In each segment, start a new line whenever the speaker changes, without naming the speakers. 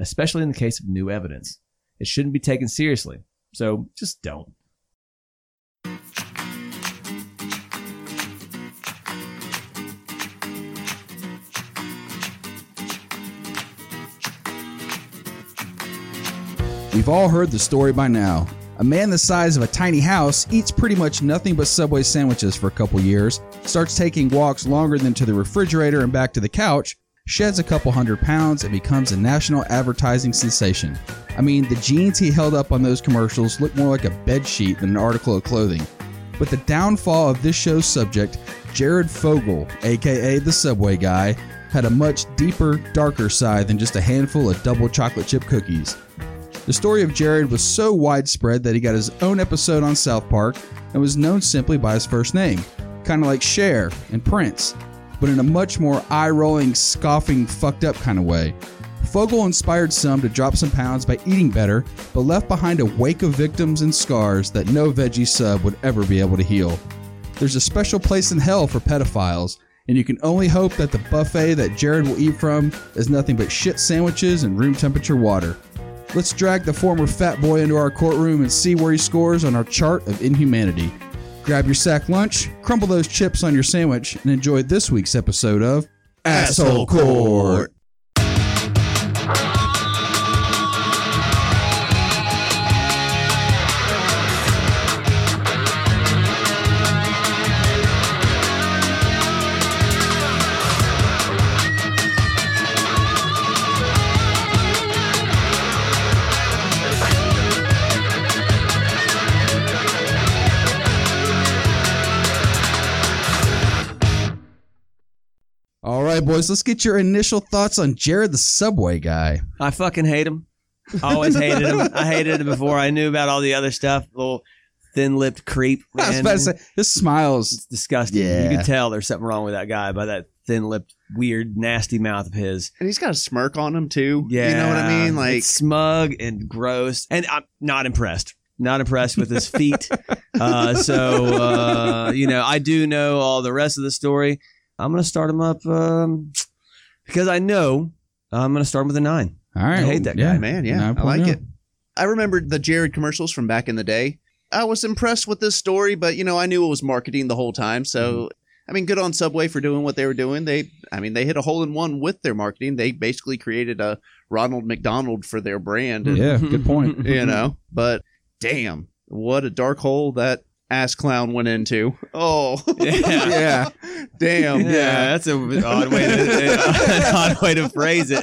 especially in the case of new evidence. It shouldn't be taken seriously, so just don't.
We've all heard the story by now. A man the size of a tiny house eats pretty much nothing but Subway sandwiches for a couple years, starts taking walks longer than to the refrigerator and back to the couch, sheds a couple hundred pounds, and becomes a national advertising sensation. I mean, the jeans he held up on those commercials looked more like a bed sheet than an article of clothing. But the downfall of this show's subject, Jared Fogle, aka the Subway Guy, had a much deeper, darker side than just a handful of double chocolate chip cookies. The story of Jared was so widespread that he got his own episode on South Park and was known simply by his first name, kind of like Cher and Prince, but in a much more eye rolling, scoffing, fucked up kind of way. Fogel inspired some to drop some pounds by eating better, but left behind a wake of victims and scars that no veggie sub would ever be able to heal. There's a special place in hell for pedophiles, and you can only hope that the buffet that Jared will eat from is nothing but shit sandwiches and room temperature water. Let's drag the former fat boy into our courtroom and see where he scores on our chart of inhumanity. Grab your sack lunch, crumble those chips on your sandwich, and enjoy this week's episode of Asshole Court. All right, boys, let's get your initial thoughts on Jared the Subway guy.
I fucking hate him. I always hated him. I hated him before I knew about all the other stuff. Little thin lipped creep.
I was
man.
about to say, his smiles.
It's disgusting.
Yeah.
You can tell there's something wrong with that guy by that thin lipped, weird, nasty mouth of his.
And he's got a smirk on him, too.
Yeah.
You know what I mean? Like,
It's smug and gross. And I'm not impressed. Not impressed with his feet. uh, so, uh, you know, I do know all the rest of the story. I'm going to start him up um, because I know I'm going to start him with a nine.
All right.
I hate that
yeah.
guy,
man, yeah, I
9.0.
like it. I remember the Jared commercials from back in the day. I was impressed with this story, but you know, I knew it was marketing the whole time. So, I mean, good on Subway for doing what they were doing. They, I mean, they hit a hole in one with their marketing. They basically created a Ronald McDonald for their brand, and,
Yeah, good point.
Mm-hmm.
you know. But damn, what a dark hole that ass clown went into. Oh,
Yeah.
yeah. damn,
Yeah, that's a odd way to an odd way to phrase it.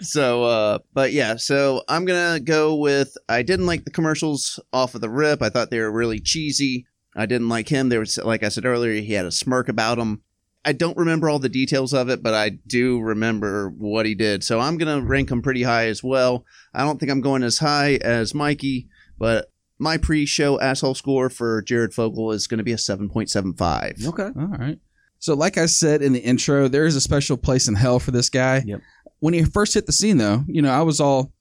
So, uh, but yeah, so I'm gonna go with I didn't like the commercials off of the rip. I thought they were really cheesy. I didn't like him. There was, like I said earlier, he had a smirk about him. I don't remember all the details of it, but I do remember what he did. So I'm gonna rank him pretty high as well. I don't think I'm going as high as Mikey, but my pre-show asshole score for Jared Fogle is gonna be a 7.75.
Okay.
All right. So, like I said in the intro, there is a special place in hell for this guy.
Yep.
When he first hit the scene, though, you know, I was all,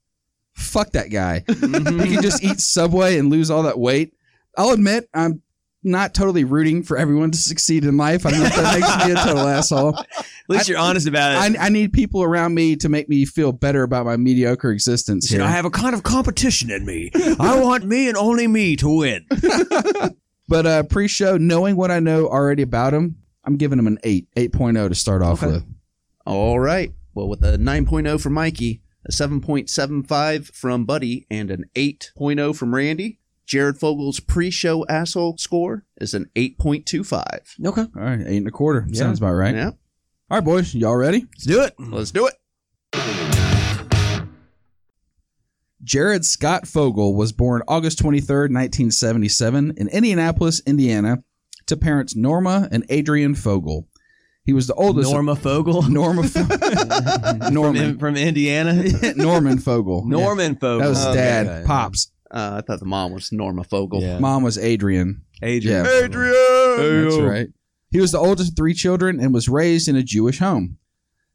fuck that guy.
Mhm. Mm-hmm.
he can just eat Subway and lose all that weight. I'll admit, I'm not totally rooting for everyone to succeed in life. I know that makes me a total asshole.
At least you're honest about it.
I, I need people around me to make me feel better about my mediocre existence
You
here.
know, I have a kind of competition in me. I want me and only me to win.
but uh, pre-show, knowing what I know already about him, I'm giving him an 8, 8.0 to start off
Okay.
with.
All right. Well, with a 9.0 from Mikey, a 7.75 from Buddy, and an 8.0 from Randy, Jared Fogel's pre show asshole score is an 8.25.
Okay.
All right, 8 and a quarter.
Yeah.
Sounds about right.
Yeah.
All right, boys, y'all ready?
Let's do it.
Let's do it.
Jared Scott Fogle was born August 23, 1977, in Indianapolis, Indiana, to parents Norma and Adrian Fogle. He was the oldest.
Norma Fogel
Norma. Norman.
from, from Indiana.
Norman Fogel.
Norman
Yeah.
Fogel.
That was
Okay.
dad. Pops.
Uh, I thought the mom was Norma Fogel.
Yeah.
Mom was Adrian.
Adrian.
Yeah. That's right. He was the oldest of three children and was raised in a Jewish home.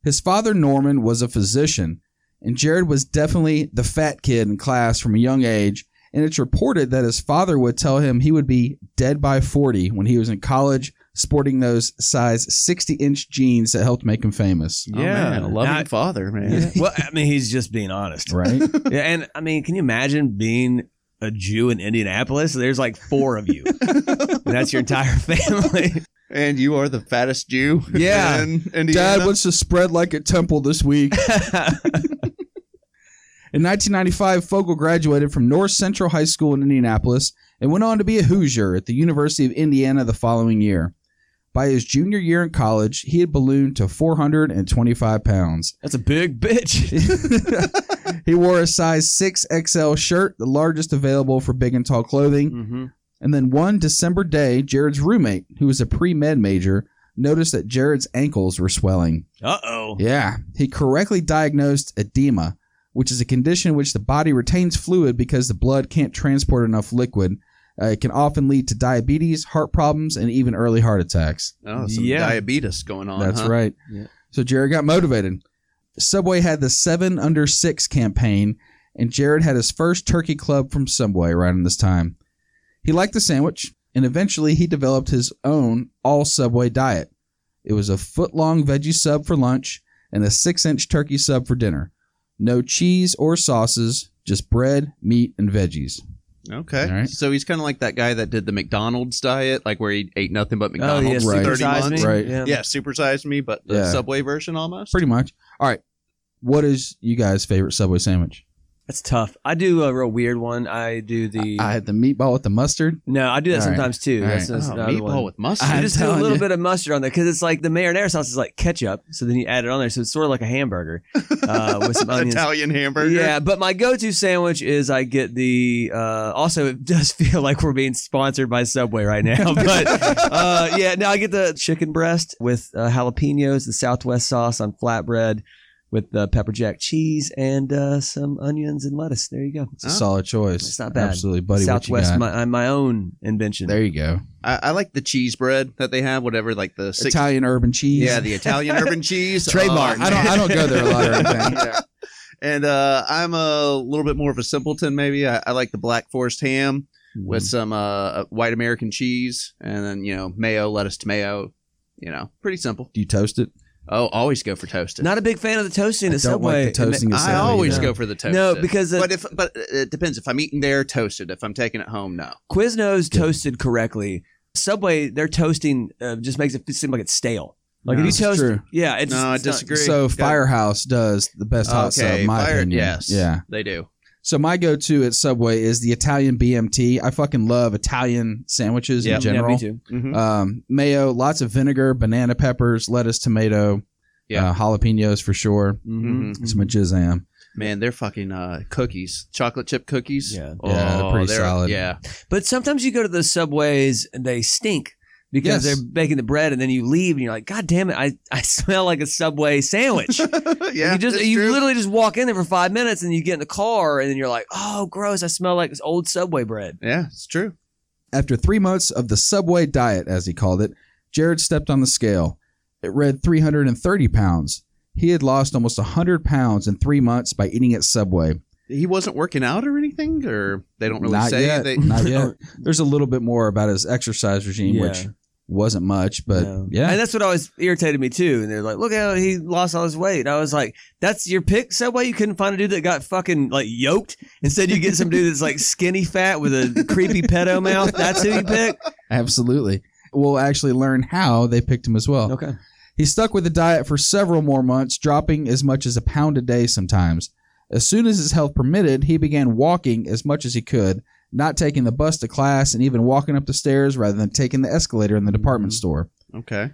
His father, Norman, was a physician, and Jared was definitely the fat kid in class from a young age. And it's reported that his father would tell him he would be dead by 40 when he was in college, sporting those size 60 inch jeans that helped make him famous.
Oh, man, a loving
Now-
father, man.
well, I mean, he's just being honest.
Right?
Yeah, and I mean, can you imagine being a Jew in Indianapolis? There's like four of you. And that's your entire family.
And you are the fattest Jew.
Yeah.
In Indiana.
Dad, what's the spread like at Temple this week? In 1995, Fogel graduated from North Central High School in Indianapolis and went on to be a Hoosier at the University of Indiana the following year. By his junior year in college, he had ballooned to 425 pounds.
That's a big bitch.
he wore a size 6XL shirt, the largest available for big and tall clothing,
Mm-hmm.
and then one December day, Jared's roommate, who was a pre med major, noticed that Jared's ankles were swelling.
Uh oh.
Yeah. He correctly diagnosed edema, which is a condition in which the body retains fluid because the blood can't transport enough liquid. Uh, it can often lead to diabetes, heart problems, and even early heart attacks.
Oh, some
Yeah.
diabetes going on.
That's
huh?
right.
Yeah.
So Jared got motivated. Subway had the seven under six campaign, and Jared had his first turkey club from Subway right in this time. He liked the sandwich, and eventually he developed his own all Subway diet. It was a foot long veggie sub for lunch and a six inch turkey sub for dinner. No cheese or sauces, just bread, meat, and veggies.
Okay.
All right.
So he's kind of like that guy that did the McDonald's diet, like where he ate nothing but
Oh,
McDonald's
yes.
for
Right.
30
Supersize
months.
me.
Right.
Yeah.
Yeah, supersized me, but the
Yeah.
Subway version almost.
Pretty much. All right. What is you guys' favorite Subway sandwich?
That's tough. I do a real weird one. I do the.
I had the meatball with the mustard.
no, I do that
All right.
sometimes too.
All
That's,
Oh,
that's another
meatball
one.
with mustard.
I'm
You just put a
telling
little
you.
bit of mustard on there because it's like the marinara sauce is like ketchup. So then you add it on there. So it's sort of like a hamburger uh, with some onions.
Italian hamburger.
Yeah, but my go-to sandwich is I get the. Uh, also, it does feel like we're being sponsored by Subway right now, but uh, yeah, no, I get the chicken breast with uh, jalapenos, the Southwest sauce on flatbread, with the pepper jack cheese and uh, some onions and lettuce. There you go.
It's a
Oh,
solid choice.
it's not bad.
Absolutely, buddy. what you
Southwest,
got?
my, uh, my own invention.
There you go.
I, I like the cheese bread that they have, whatever, like the six.
Italian urban cheese.
Yeah, the Italian urban cheese.
trademark.
Uh,
I don't. I don't go there a lot or anything.
and uh, I'm a little bit more of a simpleton, maybe. I, I like the Black Forest ham with
Mm.
some uh, white American cheese and then, you know, mayo, lettuce, tomato. You know, pretty simple.
Do you toast it?
Oh, always go for toasted.
Not a big fan of the toasting
I
at
don't
Subway.
like the toasting at
I
Subway,
always
no.
go for the toasted.
No, because uh,
but if but it depends. If I'm eating there, toasted. If I'm taking it home, no.
Quiznos
Good.
toasted correctly. Subway, their toasting uh, just makes it seem like it's stale. Like
No.
if
This
you
is
toast,
true.
yeah, it's
No, I
it's not-
disagree.
So
Got it.
Firehouse does the best hot sub,
okay,
in my
fire-
opinion.
Yes,
Yeah.
they do.
So my go-to at Subway is the Italian BMT. I fucking love Italian sandwiches
Yeah.
in
Yeah,
general.
me too.
Mhm.
Um, mayo, lots of vinegar, banana peppers, lettuce, tomato,
Yeah.
uh, jalapenos for sure.
Mhm.
Some jizam.
Man, they're fucking uh, cookies, chocolate chip cookies.
Yeah.
oh,
Yeah, they're pretty
they're-
solid.
Yeah,
But sometimes you go to those subways and they stink because
Yes.
they're baking the bread, and then you leave and you're like, God damn it, I, I smell like a subway sandwich.
yeah.
you just
that's
you
true.
literally just walk in there for five minutes and you get in the car and then you're like, oh gross, I smell like this old subway bread.
yeah, it's true.
After three months of the Subway diet, as he called it, Jared stepped on the scale. It read 330 pounds. He had lost almost 100 pounds in three months by eating at Subway.
He wasn't working out or anything, or they don't really
Not
say.
yet.
They,
Not yet. There's a little bit more about his exercise regime,
Yeah.
which wasn't much, but
No.
yeah.
and that's what always irritated me too. And they're like, "Look how he lost all his weight." I was like, "That's your pick, Subway. You couldn't find a dude that got fucking like yoked. Instead, you get some dude that's like skinny fat with a creepy pedo mouth. That's who you pick."
Absolutely. We'll actually learn how they picked him as well.
Okay.
He stuck with the diet for several more months, dropping as much as a pound a day sometimes. As soon as his health permitted, he began walking as much as he could, not taking the bus to class and even walking up the stairs rather than taking the escalator in the department
Mm-hmm.
store.
okay.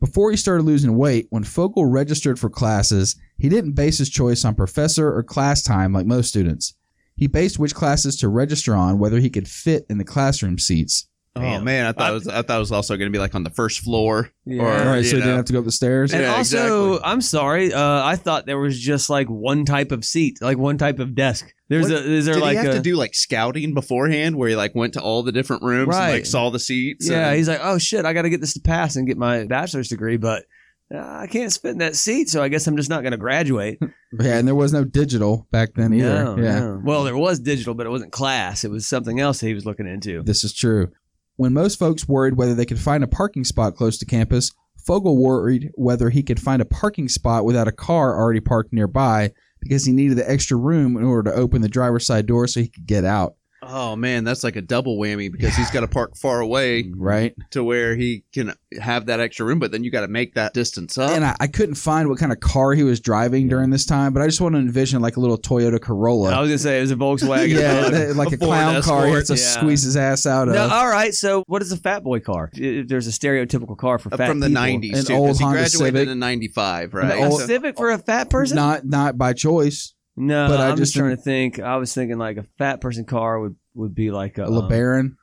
Before he started losing weight, when Fogel registered for classes, he didn't base his choice on professor or class time like most students. He based which classes to register on whether he could fit in the classroom seats.
Oh
Damn.
man, I thought
I-
it was I thought it was also going to be like on the first floor.
Yeah.
All right,
you
so you
know.
didn't have to go up the stairs.
Yeah,
And also,
exactly.
I'm sorry. Uh, I thought there was just like one type of seat, like one type of desk. There's
What-
a is there
Did
like
he have
a,
to do like scouting beforehand, where he like went to all the different rooms and like
Right.
saw the seats?
yeah?
and-
He's like, oh shit, I got to get this to pass and get my bachelor's degree, but uh, I can't fit in that seat, so I guess I'm just not going to graduate.
Yeah, and there was no digital back then either.
No,
yeah,
no. Well, there was digital, but it wasn't class. It was something else that he was looking into.
this is true. When most folks worried whether they could find a parking spot close to campus, Fogel worried whether he could find a parking spot without a car already parked nearby because he needed the extra room in order to open the driver's side door so he could get out.
oh man, that's like a double whammy because he's got to park far away
Right.
to where he can have that extra room, but then you got to make that distance
Uh-huh.
up.
And I, I couldn't find what kind of car he was driving during this time, but I just want to envision like a little Toyota
I
Corolla.
was going to say it was a Volkswagen.
yeah,
uh,
that- like
a
a,
Ford
clown car he has to
Escort. Yeah.
squeeze his ass out of.
No, uh, all right. So, what is a fat boy car? If There's a stereotypical car for
Uh,
fat
from the
people.
nineties,
An
too,
old
because he
Honda
graduated
Civic.
in '95,
An
right?
old
So-
Civic for a fat person?
Not not by choice.
no,
but I
I'm just
just-
trying to think. I was thinking like a fat person car would would be like a
A LeBaron.
um,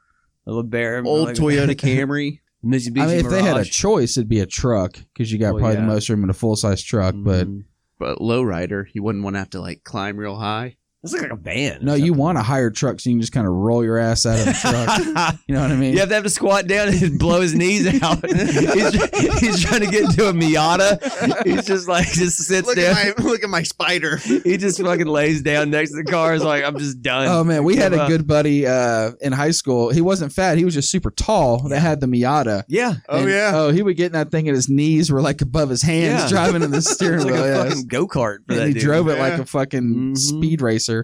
a LeBaron,
old
like a-
Toyota Camry.
Mitsubishi
I mean, if they had a
Mirage.
choice, it'd be a truck because you got
Well,
probably the
yeah.
most room in a full size truck. But
Mm.
but lowrider, you wouldn't want to have to like climb real high.
it's like a van. or
no, you want a higher truck so you can just kind of roll your ass out of the truck.
something.
You know what I mean?
You have to have to squat down and blow his knees out. he's, he's trying to get into a Miata. He's just like just sits
Look
down.
at my look at my spider.
he just fucking lays down next to the car. Is like, I'm just done.
Oh man, we had
Give
a
up.
good buddy uh, in high school. He wasn't fat; he was just super tall. That had the Miata.
yeah,
And, Oh, he would get in that thing, and his knees were like above his hands,
Yeah.
driving in the steering
it's like
wheel.
a
yeah.
fucking go kart for
and
that
he
dude.
drove it
Yeah.
like a fucking
Mhm.
speed racer.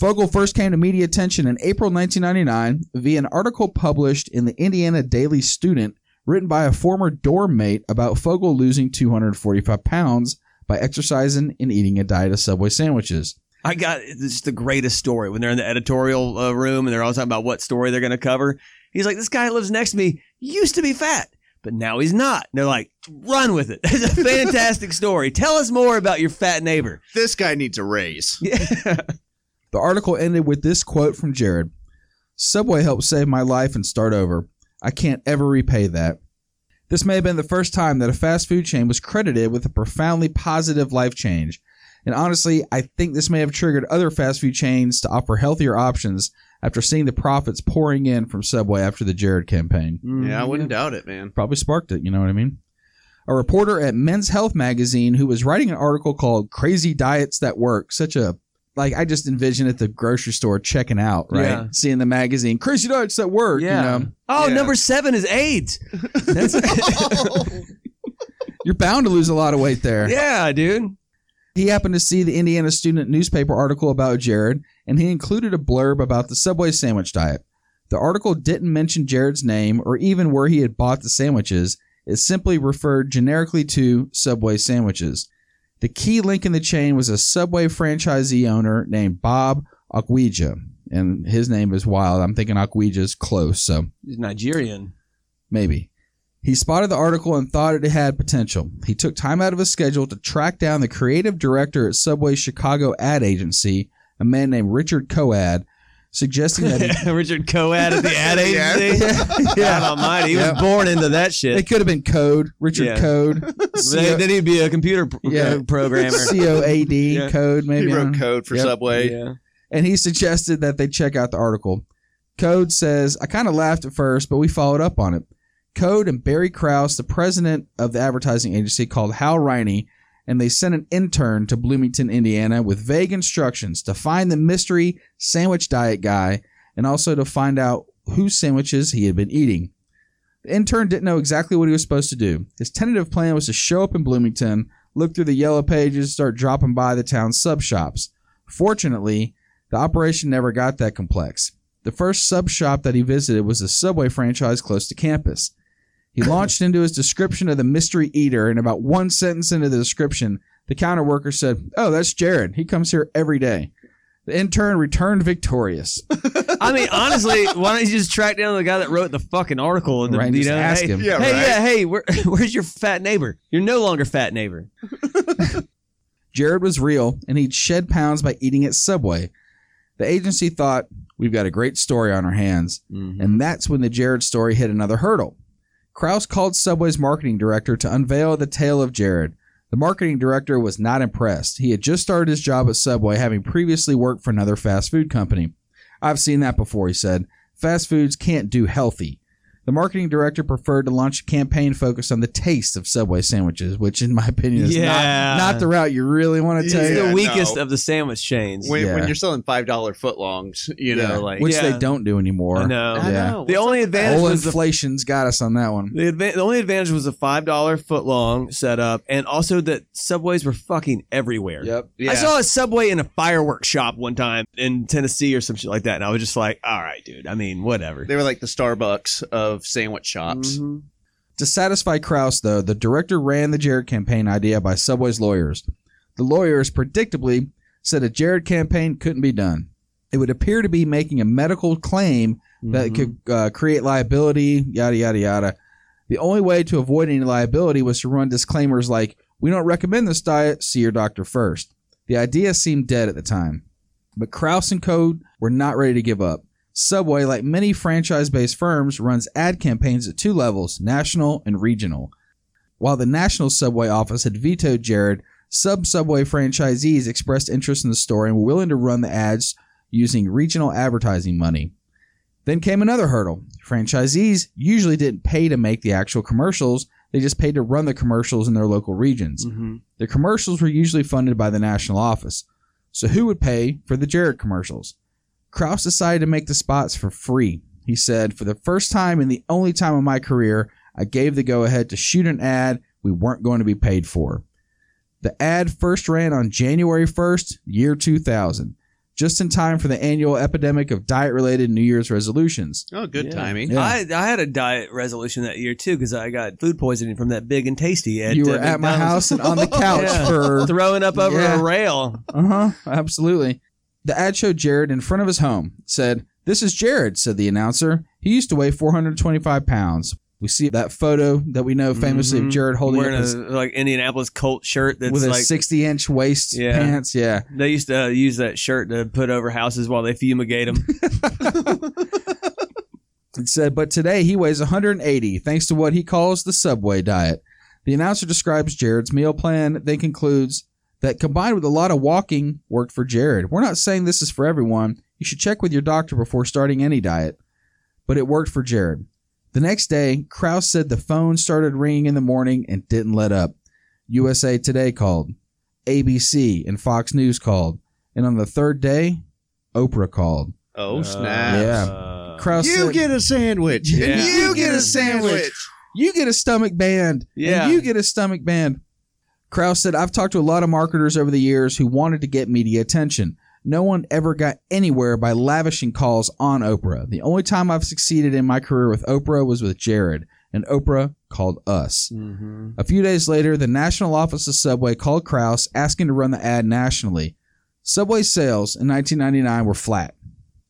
Fogel first came to media attention in April 1999 via an article published in the Indiana Daily Student, written by a former dorm mate about Fogel losing 245 pounds by exercising and eating a diet of Subway sandwiches.
I got it's just the greatest story when they're in the editorial uh, room and they're all talking about what story they're going to cover. He's like, this guy that lives next to me used to be fat, but now he's not. And they're like, run with it. That's a fantastic story. Tell us more about your fat neighbor.
This guy needs a raise.
Yeah.
The article ended with this quote from Jared Subway helped save my life and start over. I can't ever repay that. This may have been the first time that a fast food chain was credited with a profoundly positive life change. And honestly, I think this may have triggered other fast food chains to offer healthier options after seeing the profits pouring in from Subway after the Jared campaign
Yeah, I
Mm-hmm.
wouldn't doubt it, man.
probably sparked it. You know what I mean? A reporter at Men's Health magazine who was writing an article called "Crazy Diets That Work," such a like I just envision at the grocery store checking out, right?
Yeah.
Seeing the magazine "Crazy Diets That Work,"
Yeah.
you know,
Oh,
Yeah.
number seven is AIDS. That's-
you're bound to lose a lot of weight there.
yeah, dude.
He happened to see the Indiana Student newspaper article about Jared, and he included a blurb about the Subway sandwich diet. The article didn't mention Jared's name or even where he had bought the sandwiches. It simply referred generically to Subway sandwiches. The key link in the chain was a Subway franchisee owner named Bob Akwija, and his name is wild. I'm thinking Akwija's close, so
He's Nigerian.
Maybe. He spotted the article and thought it had potential. He took time out of his schedule to track down the creative director at Subway's Chicago ad agency, a man named Richard Coad, suggesting that he,
Richard Coad at the ad
Yeah.
agency. God
yeah,
almighty. He
Yeah.
was born into that
it
shit.
could have been Code, Richard
Yeah.
Code,
Then then he'd be a computer pro-
Yeah.
programmer.
C O A D,
Yeah.
Code maybe.
He
I don't
wrote
know.
code for
Yep.
Subway.
Yeah.
and he suggested that they check out the article. Code says, I kind of laughed at first, but we followed up on it. Code and Barry Krause, the president of the advertising agency called Hal Riney, and they sent an intern to Bloomington, Indiana with vague instructions to find the mystery sandwich diet guy and also to find out whose sandwiches he had been eating. The intern didn't know exactly what he was supposed to do. His tentative plan was to show up in Bloomington, look through the yellow pages, start dropping by the town's sub shops. Fortunately, the operation never got that complex. The first sub shop that he visited was a Subway franchise close to campus. He launched into his description of the mystery eater, and about one sentence into the description, the counter worker said, Oh, that's Jared. He comes here every day. The intern returned victorious.
I mean, honestly, why don't you just track down the guy that wrote the fucking article and
Right,
you
just
know,
ask
hey,
him.
Yeah,
hey,
right.
yeah, hey, where, where's your fat neighbor? You're no longer fat neighbor.
Jared was real, and he'd shed pounds by eating at Subway. The agency thought, we've got a great story on our hands.
Mm-hmm.
And that's when the Jared story hit another hurdle. Kraus called Subway's marketing director to unveil the tale of Jared. The marketing director was not impressed. He had just started his job at Subway, having previously worked for another fast food company. I've seen that before, he said. Fast foods can't do healthy. The marketing director preferred to launch a campaign focused on the taste of Subway sandwiches, which, in my opinion, is
Yeah.
not, not the route you really want to
It's
take.
Yeah,
the
no.
weakest of the sandwich chains.
When,
Yeah.
when you're selling five dollar footlongs, you
Yeah,
know, like
which
Yeah.
they don't do anymore.
I know.
I
yeah.
know.
The only advantage
All
was the
inflation's got us on that one.
The, adva- the only advantage was a five dollar foot long setup, and also that subways were fucking everywhere.
Yep.
Yeah.
I saw a subway in a fireworks shop one time in Tennessee or some shit like that, and I was just like, "All right, dude. I mean, whatever."
they were like the Starbucks of sandwich shops.
Mm-hmm.
Mhm.
To satisfy Kraus, though, the director ran the Jared campaign idea by Subway's lawyers. The lawyers, predictably, said a Jared campaign couldn't be done. It would appear to be making a medical claim that
Mhm.
could uh, create liability, yada, yada, yada. The only way to avoid any liability was to run disclaimers like, we don't recommend this diet, see your doctor first. The idea seemed dead at the time. But Kraus and Co. were not ready to give up. Subway, like many franchise based firms, runs ad campaigns at two levels national and regional. While the national Subway office had vetoed Jared, sub Subway franchisees expressed interest in the story and were willing to run the ads using regional advertising money. Then came another hurdle. Franchisees usually didn't pay to make the actual commercials, they just paid to run the commercials in their local regions.
Mhm.
The commercials were usually funded by the national office. So who would pay for the Jared commercials? Kraus decided to make the spots for free. He said, For the first time and the only time in my career, I gave the go ahead to shoot an ad we weren't going to be paid for. The ad first ran on January 1st, year 2000, just in time for the annual epidemic of diet related New Year's resolutions.
Oh, good
Yeah.
timing.
Yeah.
I, I had a diet resolution that year too because I got food poisoning from that big and tasty. At,
you
uh,
were at my
McDonald's.
house and on the couch
Yeah.
for
throwing up over
Yeah.
a rail.
Uh huh. Absolutely. The ad showed Jared in front of his home. It Said, "This is Jared," said the announcer. He used to weigh 425 pounds. We see that photo that we know famously
Mhm.
of Jared holding up
wearing
his,
a like Indianapolis Colt shirt that's
with a
like
60-inch waist
Yeah.
pants. Yeah.
They used to uh, use that shirt to put over houses while they fumigate them.
It said, but today he weighs 180 thanks to what he calls the Subway diet. The announcer describes Jared's meal plan, then concludes that combined with a lot of walking worked for Jared. We're not saying this is for everyone. You should check with your doctor before starting any diet. But it worked for Jared. The next day, Kraus said the phone started ringing in the morning and didn't let up. USA Today called, ABC and Fox News called, and on the third day, Oprah called.
Oh,
Uh,
snap.
yeah. Kraus
You
said-
get a sandwich. and
Yeah.
You get a sandwich.
you get a stomach band.
Yeah.
And you get a stomach band. Kraus said, I've talked to a lot of marketers over the years who wanted to get media attention. No one ever got anywhere by lavishing calls on Oprah. The only time I've succeeded in my career with Oprah was with Jared, and Oprah called us.
Mm-hmm.
A few days later, the national office of Subway called Kraus asking to run the ad nationally. Subway sales in 1999 were flat.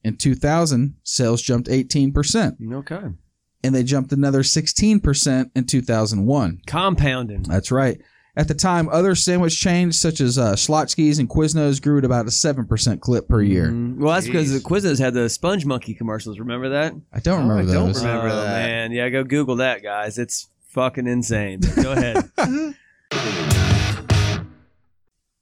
In 2000, sales jumped 18%,
Okay.
and they jumped another 16% in 2001.
Compounding.
That's right. At the time, other sandwich chains such as uh, Schlotsky's and Quiznos grew at about a 7% clip per year.
Mm-hmm.
Mhm. Well, that's because
Jeez.
the Quiznos had the Sponge Monkey commercials. Remember that?
I don't
No, I
remember
don't
those.
remember.
oh,
that.
man. Yeah, go Google that, guys. It's fucking insane. Go ahead.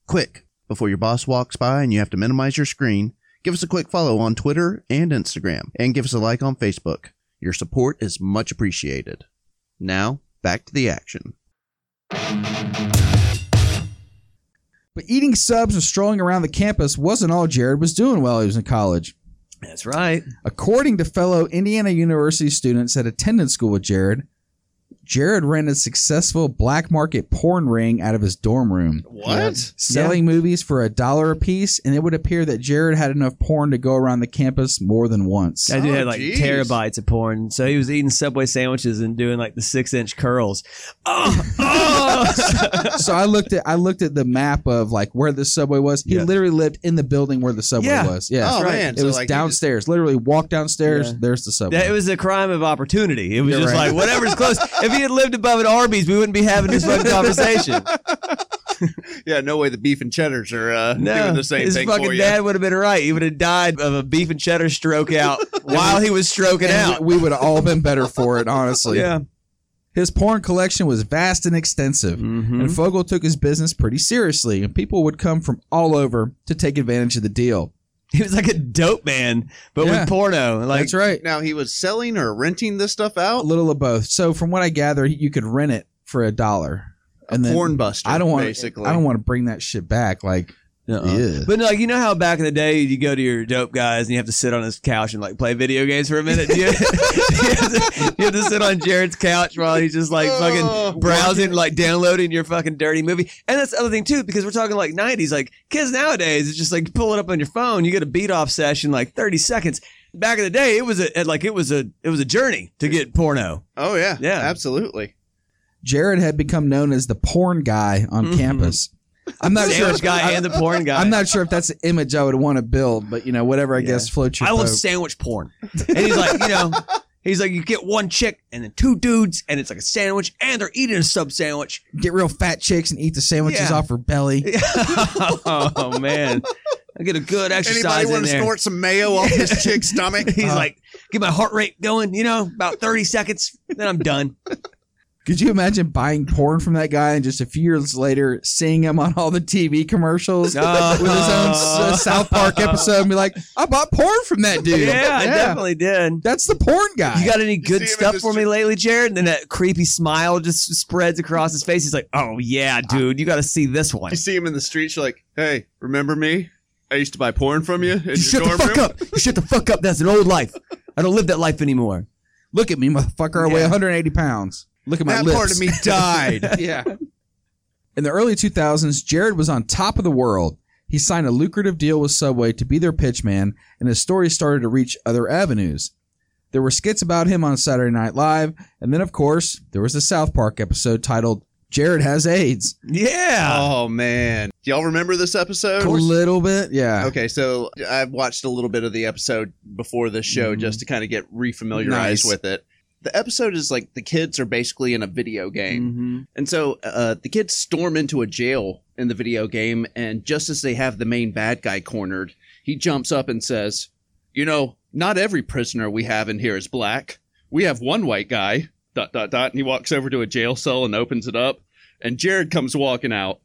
Quick, before your boss walks by and you have to minimize your screen, give us a quick follow on Twitter and Instagram, and give us a like on Facebook. Your support is much appreciated. Now, back to the action.
But eating subs and strolling around the campus wasn't all Jared was doing while he was in college.
that's right.
According to fellow Indiana University students that attended school with Jared, Jared ran a successful black market porn ring out of his dorm room.
What?
Selling movies for a dollar a piece, and it would appear that Jared had enough porn to go around the campus more than once.
That dude
Oh,
had like
jeez.
terabytes of porn. So he was eating Subway sandwiches and doing like the six inch curls. Oh, oh!
so I looked at I looked at the map of like where the subway was. He
Yeah.
literally lived in the building where the subway
Yeah.
was. Yeah.
oh
right.
man,
it
so,
was
like, you just-
downstairs. Literally walk downstairs,
Yeah.
there's the subway.
That it was a crime of opportunity. It was
You're
just
right.
like whatever's close. If he had lived above an Arby's, we wouldn't be having this fucking conversation.
yeah, no way the beef and cheddars are uh,
No,
doing the same
his
thing
fucking
for you.
dad would have been right. He would have died of a beef and cheddar stroke out while he was stroking
And
out.
we, would have all been better for it, honestly.
Yeah,
His porn collection was vast and extensive,
Mhm.
and Fogel took his business pretty seriously, and people would come from all over to take advantage of the deal.
he was like a dope man, but
Yeah.
with porno. Like
That's right.
Now he was selling or renting this stuff
A
out.
little of both. So from what I gather, you could rent it for a dollar. And then
Porn buster.
I don't want
basically.
I don't want to bring that shit back. Like
Uh-uh.
Yeah.
But no, like you know how back in the day you go to your dope guys and you have to sit on his couch and like play video games for a minute. Do you, do you have, to, you have to sit on Jared's couch while he's just like
Oh,
fucking browsing, like downloading your fucking dirty movie. And that's the other thing too, because we're talking like '90s. Like kids nowadays, it's just like you pull it up on your phone. You get a beat off session like 30 seconds. Back in the day, it was a like it was a it was a journey to get porno.
Oh yeah,
Yeah.
absolutely.
Jared had become known as the porn guy on
Mhm.
campus. I'm not sure.
Sandwich guy and the porn guy.
I'm not sure if that's an image I would want to build, but you know, whatever I
Yeah.
guess floats your
I want
boat.
sandwich porn. And he's like, you know, he's like, you get one chick and then two dudes, and it's like a sandwich, and they're eating a sub sandwich.
Get real fat chicks and eat the sandwiches
Yeah.
off her belly.
oh man, I get a good exercise
Anybody
in
want to
there.
snort some mayo off this chick's stomach?
he's
Uh,
like, get my heart rate going, you know, about thirty seconds, then I'm done.
Could you imagine buying porn from that guy and just a few years later seeing him on all the TV commercials
Oh.
with his own S-
Uh-huh.
uh, South Park episode and be like, I bought porn from that dude.
yeah, I definitely did.
That's the porn guy.
You got any
see him
good
in
stuff
the
for me
street.
lately, Jared? And then that creepy smile just spreads across his face. He's like, "Oh yeah, dude, you got to see this one."
You see him in the streets, you're like, "Hey, remember me? I used to buy porn from you in your
You shut the
dorm
fuck
room."
up. You shut the fuck up. That's an old life. I don't live that life anymore.
Look at me, motherfucker. I weigh
Yeah.
180 pounds. Look at my
That
lips.
part of me died.
yeah. In the early 2000s, Jared was on top of the world. He signed a lucrative deal with Subway to be their pitchman, and his story started to reach other avenues. There were skits about him on Saturday Night Live, and then, of course, there was the South Park episode titled Jared Has AIDS.
Yeah.
oh man, y'all remember this episode?
A little bit, yeah.
Okay, so I've watched a little bit of the episode before this show
Mhm.
Mm-hmm.
just to kind of get refamiliarized
Nice.
with it. The episode is like the kids are basically in a video game.
Mhm.
And so uh, the kids storm into a jail in the video game, and just as they have the main bad guy cornered, he jumps up and says, You know, not every prisoner we have in here is black. We have one white guy, dot, dot, dot. And he walks over to a jail cell and opens it up, and Jared comes walking out.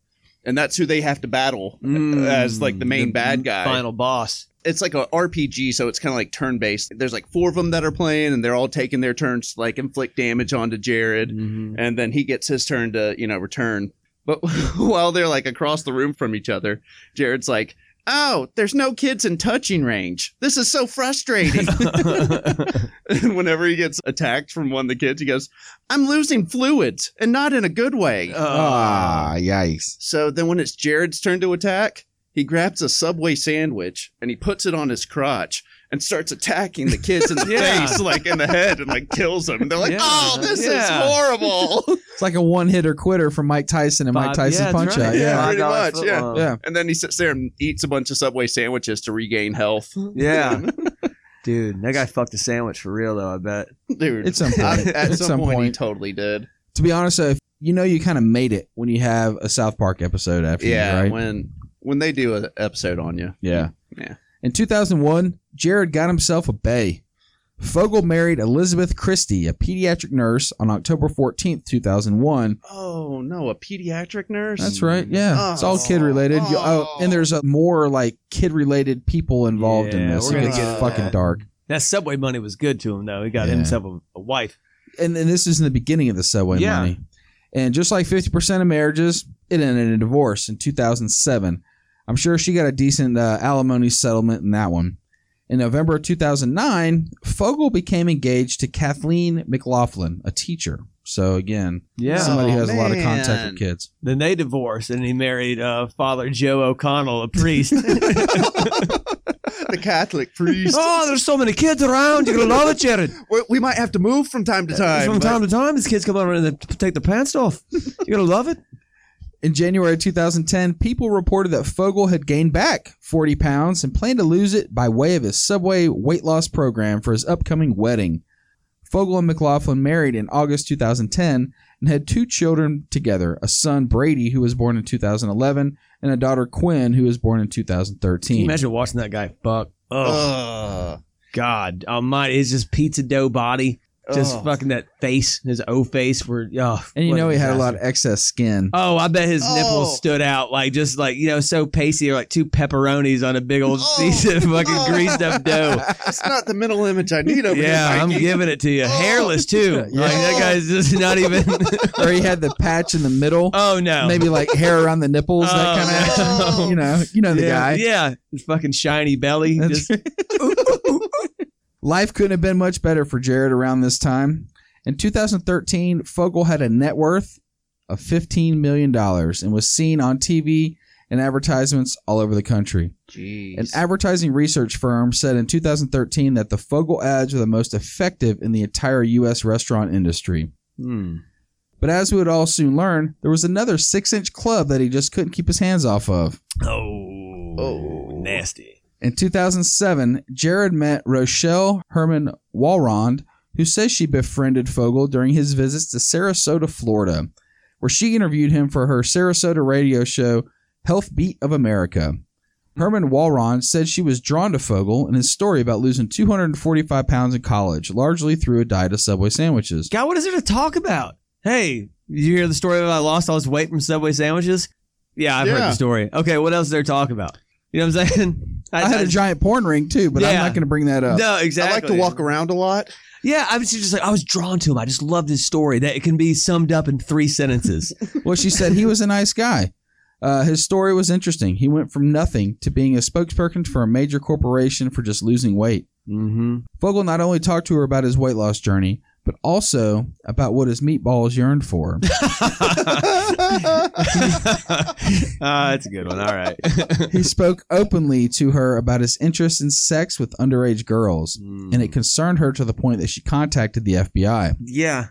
And that's who they have to battle
Mm.
as like the main
Mm-hmm.
bad guy
Final boss.
it's like a RPG, so it's kind of like turn based. There's like four of them that are playing, and they're all taking their turns to like inflict damage onto Jared,
Mm-hmm.
and then he gets his turn to you know return. But while they're like across the room from each other, Jared's like, "Oh, there's no kids in touching range. This is so frustrating." and whenever he gets attacked from one of the kids, he goes, "I'm losing fluids, and not in a good way."
Uh.
Ah, yikes.
So then when it's Jared's turn to attack, he grabs a Subway sandwich and he puts it on his crotch and starts attacking the kids in the
Yeah.
face, like in the head, and like kills them. And they're like,
Yeah.
oh, this
Yeah.
is horrible.
It's like a one hitter quitter from Mike Tyson and Mike Tyson Punch Out.
Yeah,
Yeah.
pretty much, yeah.
Yeah.
and then he sits there and eats a bunch of Subway sandwiches to regain health.
Yeah. Dude, that guy fucked a sandwich for real though, I bet.
Dude,
At some point.
I- at
At
some,
some
point, he
point.
totally did.
To be honest, though, if you know you kind of made it when you have a South Park episode after you,
Yeah,
right?
when when they do an episode on you.
Yeah.
Yeah.
In 2001, Jared got himself a bay. Fogel married Elizabeth Christie, a pediatric nurse, on October 14th, 2001.
Oh no, a pediatric nurse.
That's right. Yeah. it's all kid related. You- Oh. and there's a more like kid related people involved in
Yeah,
this.
we're
It
gonna
gets
get
fucking
that.
dark.
That subway money was good to him though. He got
Yeah.
himself a, a wife.
And, and this is in the beginning of the subway
Yeah.
money. And just like 50% of marriages, it ended in a divorce in 2007. I'm sure she got a decent uh, alimony settlement in that one. In November of 2009, Fogel became engaged to Kathleen McLaughlin, a teacher. So again,
Yeah.
somebody who
Oh,
has a lot of
man.
contact with kids.
Then they divorced and he married uh, Father Joe O'Connell, a priest.
the Catholic priest.
oh, there's so many kids around. You're gonna love it, Jared.
We- We might have to move from time to time.
From
but-
time to time these kids come over and they take their pants off. You're gonna love it.
In January of 2010, people reported that Fogel had gained back 40 pounds and planned to lose it by way of his Subway weight loss program for his upcoming wedding. Fogel and McLaughlin married in August 2010 and had two children together a son, Brady, who was born in 2011, and a daughter, Quinn, who was born in
Can you
2013.
imagine watching that guy fuck? Oh
Ugh.
God Almighty! It's just pizza dough body, just
Ugh.
fucking that face, his O face. Where oh,
And you
what
know, he had a
disaster.
lot of excess skin.
Oh, I bet his
Oh.
nipples stood out like just like you know so pasty or like two pepperonis on a big old
Oh.
piece of fucking
Oh.
greased up dough.
That's not the mental image I need over
yeah,
here.
I'm
Mikey.
giving it to you.
Oh.
Hairless too.
Yeah.
Like that guy's just not even.
or he had the patch in the middle,
oh no.
maybe like hair around the nipples, that kind of.
Oh.
You know, you know the
yeah,
guy.
Yeah, his fucking shiny belly.
That's
Just,
Life couldn't have been much better for Jared around this time. In 2013, Fogel had a net worth of $15 million and was seen on TV and advertisements all over the country.
Jeez.
An advertising research firm said in 2013 that the Fogel ads were the most effective in the entire U.S. restaurant industry.
Hmm.
But as we would all soon learn, there was another six inch club that he just couldn't keep his hands off of.
Oh,
Oh.
nasty.
In 2007, Jared met Rochelle Herman Walrond, who says she befriended Fogel during his visits to Sarasota, Florida, where she interviewed him for her Sarasota radio show, Health Beat of America. Herman Walrond said she was drawn to Fogel and his story about losing 245 pounds in college, largely through a diet of Subway sandwiches.
God, what is there to talk about? Hey, you hear the story about I lost all this weight from Subway sandwiches? Yeah, I've heard
Yeah.
the story. Okay, what else is there to talk about? You know what I'm saying?
I had a giant porn ring too, but I'm
Yeah.
not going to bring that up.
No,
I
exactly.
like to walk around a lot.
Yeah, I was just like I was drawn to him. I just loved his story. That it can be summed up in three sentences.
Well, she said he was a nice guy. Uh, his story was interesting. He went from nothing to being a spokesperson for a major corporation for just losing weight.
mm-hmm.
Vogel not only talked to her about his weight loss journey, but also about what his meatballs yearned for.
Ah, that's a good one. All right.
he spoke openly to her about his interest in sex with underage girls, and it concerned her to the point that she contacted the FBI.
yeah.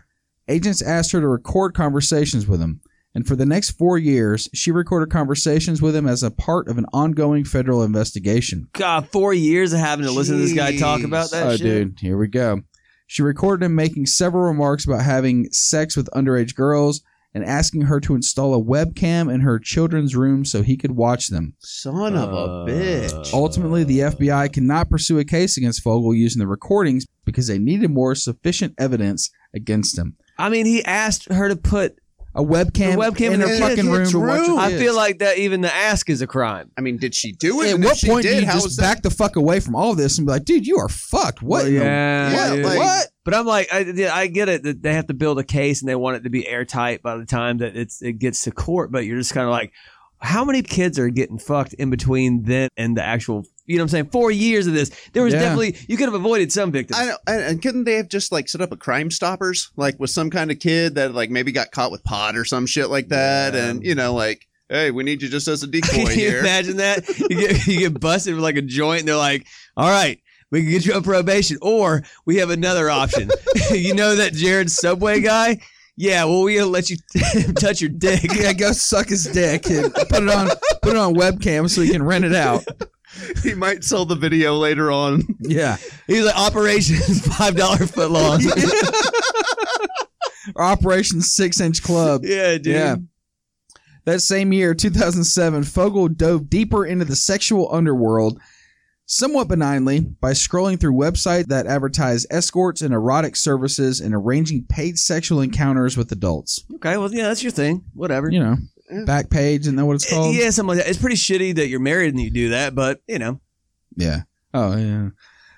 Agents asked her to record conversations with him, and for the next four years, she recorded conversations with him as a part of an ongoing federal investigation.
God, four years of having to listen to this guy talk
Jeez.
about that
oh,
shit.
dude, here we go. She recorded him making several remarks about having sex with underage girls and asking her to install a webcam in her children's room so he could watch them.
Son of a
Uh,
bitch.
Ultimately, the FBI cannot pursue a case against Fogel using the recordings because they needed more sufficient evidence against him.
I mean, he asked her to put.
A webcam,
The webcam
in,
in
her
her
fucking
kid's
room. To watch her
room.
kids.
I feel like that even the ask is a crime.
I mean, did she do it?
At
And if
what
she
point
did,
do you
how
just
was that?
back the fuck away from all of this and be like, dude, you are fucked. What? in the-
Yeah,
dude.
like-
what?
But I'm like, I, yeah, I get it that they have to build a case and they want it to be airtight by the time that it's it gets to court. But you're just kind of like, how many kids are getting fucked in between then and the actual? You know what I'm saying? Four years of this, there was
Yeah.
definitely you could have avoided some victims.
I know, and, and couldn't they have just like set up a Crime Stoppers, like with some kind of kid that like maybe got caught with pot or some shit like that,
Yeah.
and you know, like, hey, we need you just as a decoy
Can you
here.
imagine that? You get, you get busted with like a joint, and they're like, all right. We can get you on probation, or we have another option. you know that Jared Subway guy? Yeah, well, we'll let you touch your dick.
yeah, go suck his dick and put it on put it on webcam so he can rent it out.
he might sell the video later on.
Yeah.
He's like operations five dollar foot long.
Operation Six Inch Club.
yeah, dude.
Yeah. That same year, 2007, Fogel dove deeper into the sexual underworld somewhat benignly by scrolling through websites that advertise escorts and erotic services and arranging paid sexual encounters with adults.
Okay. Well, yeah, that's your thing. Whatever. Eh,
You know, back page, isn't that what it's called?
Yeah, something like that. It's pretty shitty that you're married and you do that, but you know.
Yeah. Oh, yeah.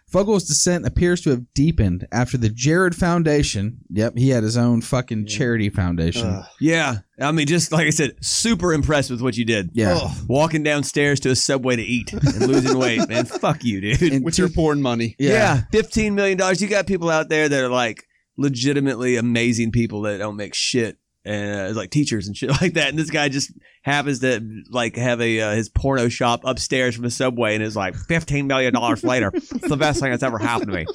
Fogel's descent appears to have deepened after the Jared Foundation. Yep, he had his own fucking charity foundation.
Ugh.
Yeah. I mean, just like I said, super impressed with what you did.
yeah.
Ugh,
Walking downstairs to a subway to eat and losing weight, man. Fuck you, dude.
In
with
two-
your porn money.
yeah.
Fifteen million dollars. You got people out there that are like legitimately amazing people that don't make shit. And uh, it's like teachers and shit like that. And this guy just happens to like have a uh, his porno shop upstairs from a subway, and is like fifteen million dollars later. It's the best thing that's ever happened to me.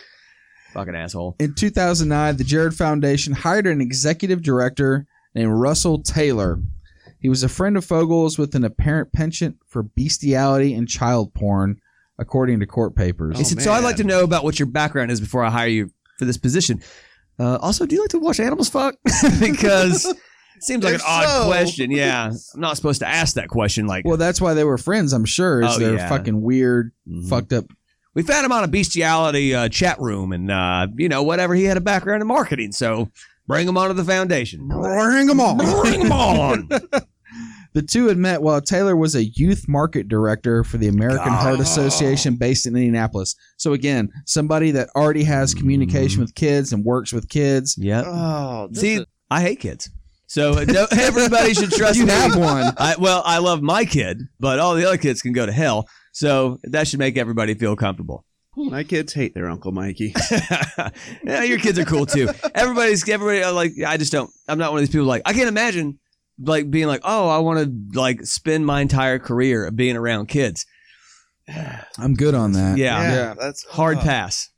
Fucking asshole.
In 2009, the Jared Foundation hired an executive director named Russell Taylor. He was a friend of Fogel's with an apparent penchant for bestiality and child porn, according to court papers.
Oh,
so I'd like
man.
to know about what your background is before I hire you for this position. Uh, also, do you like to watch animals fuck? because it seems like
If
an odd
so-
question. Yeah, I'm not supposed to ask that question. Like,
Well, that's why they were friends, I'm sure. Is
Oh,
they're
yeah. Mm-hmm.
fucking weird,
Mhm.
fucked up.
we found him on a bestiality uh, chat room, and uh, you know, whatever he had a background in marketing, so bring him onto the foundation.
Bring them on.
Bring him on.
the two had met while Taylor was a youth market director for the American
God.
Heart Association based in Indianapolis. So again, somebody that already has
Mm.
communication with kids and works with kids.
yep.
Oh, this
See,
is-
I hate kids, so uh, no, everybody should trust
You
me.
have one.
I, well, I love my kid, but all the other kids can go to hell. So that should make everybody feel comfortable.
my kids hate their Uncle Mikey.
yeah, your kids are cool too. Everybody's everybody uh, like I just don't. I'm not one of these people like I can't imagine like being like oh I want to like spend my entire career being around kids.
I'm good on that.
Yeah.
that's
Hard
oh.
pass.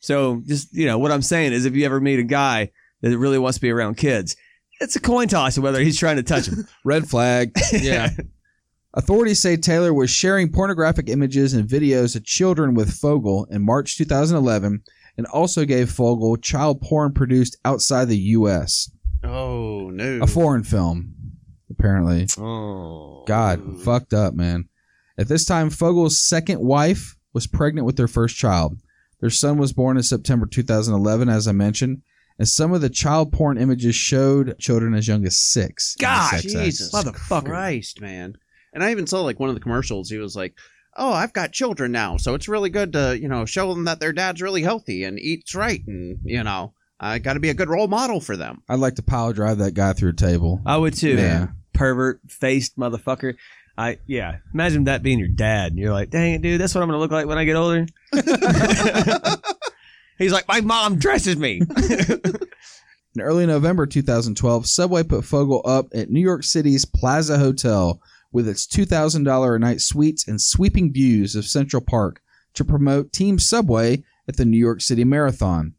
So just you know what I'm saying is if you ever meet a guy that really wants to be around kids, it's a coin toss whether he's trying to touch them.
Red flag. Yeah. Authorities say Taylor was sharing pornographic images and videos of children with Fogel in March 2011 and also gave Fogel child porn produced outside the U.S.,
Oh no.
a foreign film, apparently.
oh
God, fucked up, man. At this time, Fogel's second wife was pregnant with their first child. Their son was born in September 2011, as I mentioned, and some of the child porn images showed children as young as six. in the
God,
sex act.
Jesus
Motherfucker.
Christ, man. And I even saw like one of the commercials. He was like, "Oh, I've got children now, so it's really good to you know show them that their dad's really healthy and eats right, and you know I got to be a good role model for them."
I'd like to power drive that guy through a table.
I would too.
Yeah.
Pervert faced motherfucker. I yeah. Imagine that being your dad and you're like, dang it, dude, that's what I'm gonna look like when I get older. He's like, My mom dresses me.
In early November 2012, Subway put Fogel up at New York City's Plaza Hotel with its $2,000 a night suites and sweeping views of Central Park to promote Team Subway at the New York City Marathon.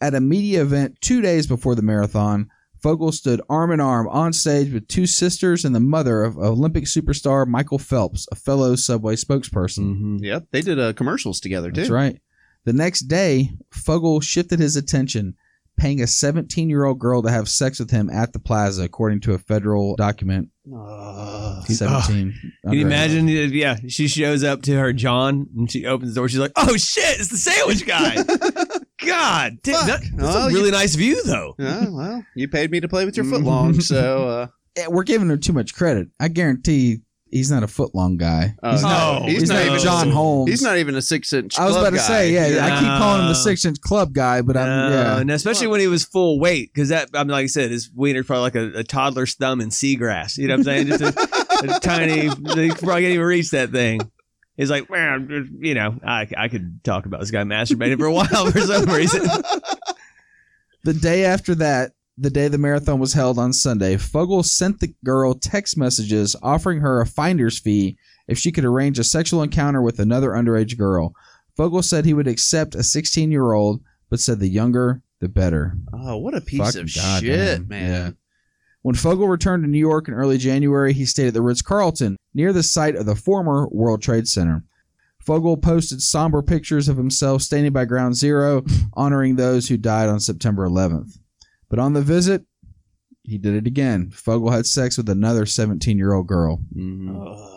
At a media event two days before the marathon, Fogel stood arm in arm on stage with two sisters and the mother of Olympic superstar Michael Phelps, a fellow Subway spokesperson.
Yep, they did uh, commercials together too.
That's right. The next day, Fogel shifted his attention, paying a 17 year old girl to have sex with him at the plaza, according to a federal document.
Ugh.
17.
Can you imagine? Yeah, she shows up to her John and she opens the door. She's like, "Oh shit, it's the sandwich guy." God, damn,
Fuck.
that, that's
Well,
a
you-
really nice view though.
Oh, well, you paid me to play with your
Mm-hmm.
footlong, so uh,
Eh, We're giving her too much credit. I guarantee he's not a foot long guy.
Uh,
he's not,
no,
he's
he's
not
no.
even John Holmes.
he's not even a six inch.
I was about to say, yeah, I keep calling him the
No.
six inch club guy, but I'm,
No,
yeah.
no, Uh, especially when he was full weight, because that I'm like I said, his wiener's probably like a, a toddler's thumb in seagrass. You know what I'm saying? Just a, a tiny, they probably can't even reach that thing. He's like, well, you know, I, I could talk about this guy masturbating for a while for some reason.
The day after that, the day the marathon was held on Sunday, Fogel sent the girl text messages offering her a finder's fee if she could arrange a sexual encounter with another underage girl. Fogel said he would accept a 16 year old, but said the younger, the better.
Oh, what a piece
Fucking
of
goddamn,
shit, man.
yeah. When Fogel returned to New York in early January, he stayed at the Ritz Carlton, near the site of the former World Trade Center. Fogel posted somber pictures of himself standing by Ground Zero, honoring those who died on September 11th. But on the visit, he did it again. Fogel had sex with another 17 year old girl.
Ugh.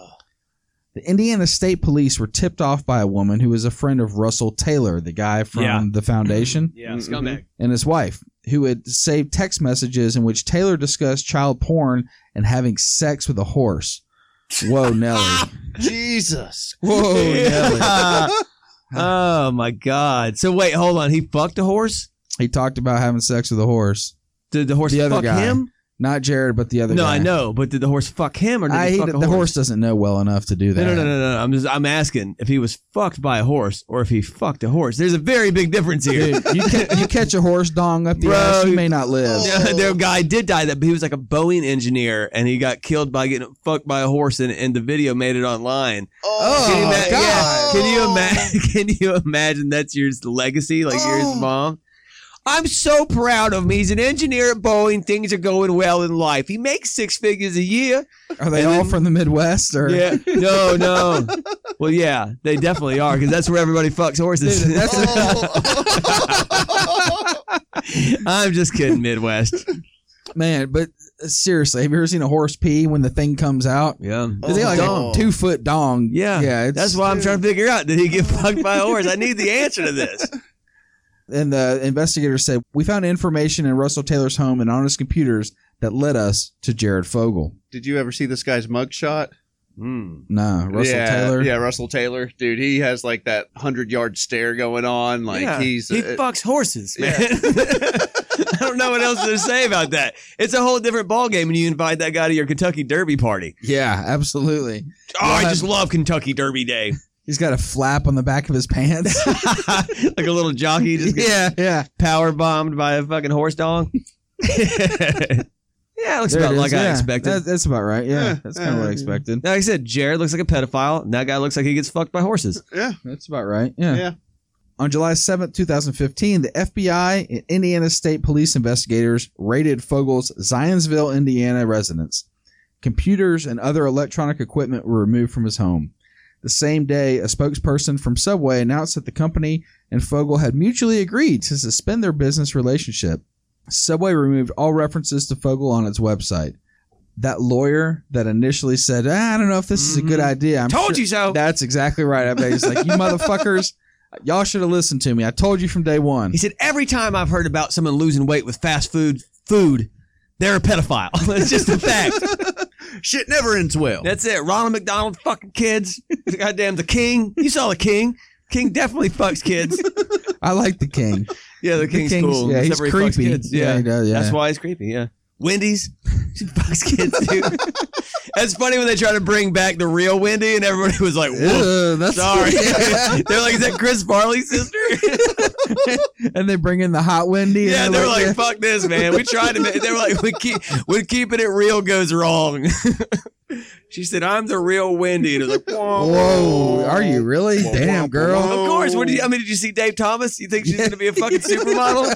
The Indiana State Police were tipped off by a woman who was a friend of Russell Taylor, the guy from
Yeah.
the foundation
Yeah,
scumbag.
and his wife, who had saved text messages in which Taylor discussed child porn and having sex with a horse. Whoa, Nelly.
Jesus.
Whoa, Nelly.
oh my God! So wait, hold on. He fucked a horse.
He talked about having sex with a horse.
Did the horse
The other
fuck
guy.
him?
Not Jared, but the other
No,
guy.
I know, but did the horse fuck him or did
I,
he
he,
fuck
the
a horse?
horse doesn't know well enough to do that.
No, no, no, no, no, no. I'm just, I'm asking if he was fucked by a horse or if he fucked a horse. There's a very big difference here.
Dude, you, ca- you catch a horse dong up the
Bro,
ass, you may not live.
Yeah, Their guy did die. That but he was like a Boeing engineer, and he got killed by getting fucked by a horse, and, and the video made it online.
Oh,
can you ima-
God.
yeah. Can you imagine? Can you imagine that's your legacy? Like you're
Oh.
his mom. I'm so proud of him. He's an engineer at Boeing. Things are going well in life. He makes six figures a year.
Are they
And
all
then-
from the Midwest? Or
Yeah. No, no. Well, yeah, they definitely are because that's where everybody fucks horses.
Dude, that's-
Oh.
I'm just kidding, Midwest.
Man, but uh, seriously, have you ever seen a horse pee when the thing comes out?
Yeah.
'Cause they
Oh,
like
dong.
a two foot dong.
Yeah.
yeah. It's,
That's why I'm trying to figure out did he get fucked by a horse? I need the answer to this.
And the investigator said, We found information in Russell Taylor's home and on his computers that led us to Jared Fogle.
Did you ever see this guy's mugshot?
Hmm.
Nah, Russell
yeah,
Taylor.
Yeah, Russell Taylor. Dude, he has like that 100 yard stare going on. Like
Yeah.
he's.
he
uh,
fucks horses, man.
yeah.
I don't know what else to say about that. It's a whole different ballgame when you invite that guy to your Kentucky Derby party.
Yeah, absolutely.
Oh, I
You'll
just love Kentucky Derby Day.
He's got a flap on the back of his pants.
like a little jockey just gets
yeah, yeah.
power bombed by a fucking horse dog. yeah, it looks
There it
about
is,
like I
yeah.
expected.
That- that's about right. Yeah,
Yeah,
that's kind of what
yeah.
I expected.
Now, like I said, Jared looks like a pedophile. And that guy looks like he gets fucked by horses.
That's about right. Yeah.
Yeah.
On July seventh, two 2015, the FBI and Indiana State Police investigators raided Fogel's Zionsville, Indiana residence. Computers and other electronic equipment were removed from his home. The same day, a spokesperson from Subway announced that the company and Fogel had mutually agreed to suspend their business relationship. Subway removed all references to Fogel on its website. That lawyer that initially said, "Ah, I don't know if this is a good
Mhm.
idea. I'm
Told
sure-
you so.
that's exactly right. I bet he's like, you motherfuckers, y'all should have listened to me. I told you from day one.
He said, every time I've heard about someone losing weight with fast food, food, they're a pedophile. it's just a fact.
Shit never ends
Oh.
well.
That's it. Ronald McDonald fucking kids. Goddamn the king. You saw the king. King definitely fucks kids.
I like the king.
Yeah, the king's, cool.
Yeah, he's
Except for he fucks
creepy.
kids. Yeah.
he does, yeah.
That's why he's creepy. Yeah. Wendy's. She fucks kids, dude. That's funny when they try to bring back the real Wendy and everybody was like, whoa.
Ugh, that's
Sorry.
Yeah.
they're like, is that Chris Farley's sister?
and they bring in the hot Wendy.
yeah,
and
they're like, fuck this, man. We tried to make, they were like, we keep, when keeping it real goes wrong. she said, I'm the real Wendy. And it was like, whoa.
whoa, are you really?
Whoa,
Damn,
whoa,
girl.
whoa.
Of course. What did you,
Oh.
I mean, did you see Dave Thomas? You think she's going to be a fucking supermodel?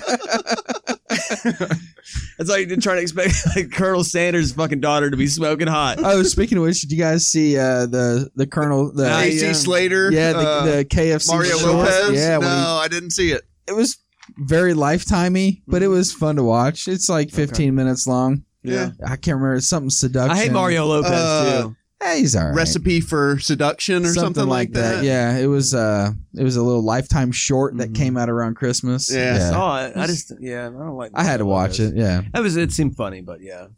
It's like you're trying to expect like, Colonel Sanders' fucking daughter to be smoking hot.
Oh, speaking of which, did you guys see uh, the the Colonel? The,
I,
AC
um,
Slater.
yeah, the,
uh,
the KFC
Mario
short.
Lopez.
Yeah, when he-
no, I didn't see it.
it was very lifetimey, but
Mm-hmm.
it was fun to watch. It's like 15 minutes long.
Yeah.
I can't remember. It's something seduction.
I hate Mario Lopez
Uh,
too.
Hey, he's all right.
Recipe for seduction or something, like that.
Yeah, it was uh it was a little lifetime short that
Mhm.
came out around Christmas.
Yeah.
I saw it. Oh, I just yeah, I don't like.
I had to watch it. Yeah.
That was it. Seemed funny, but yeah.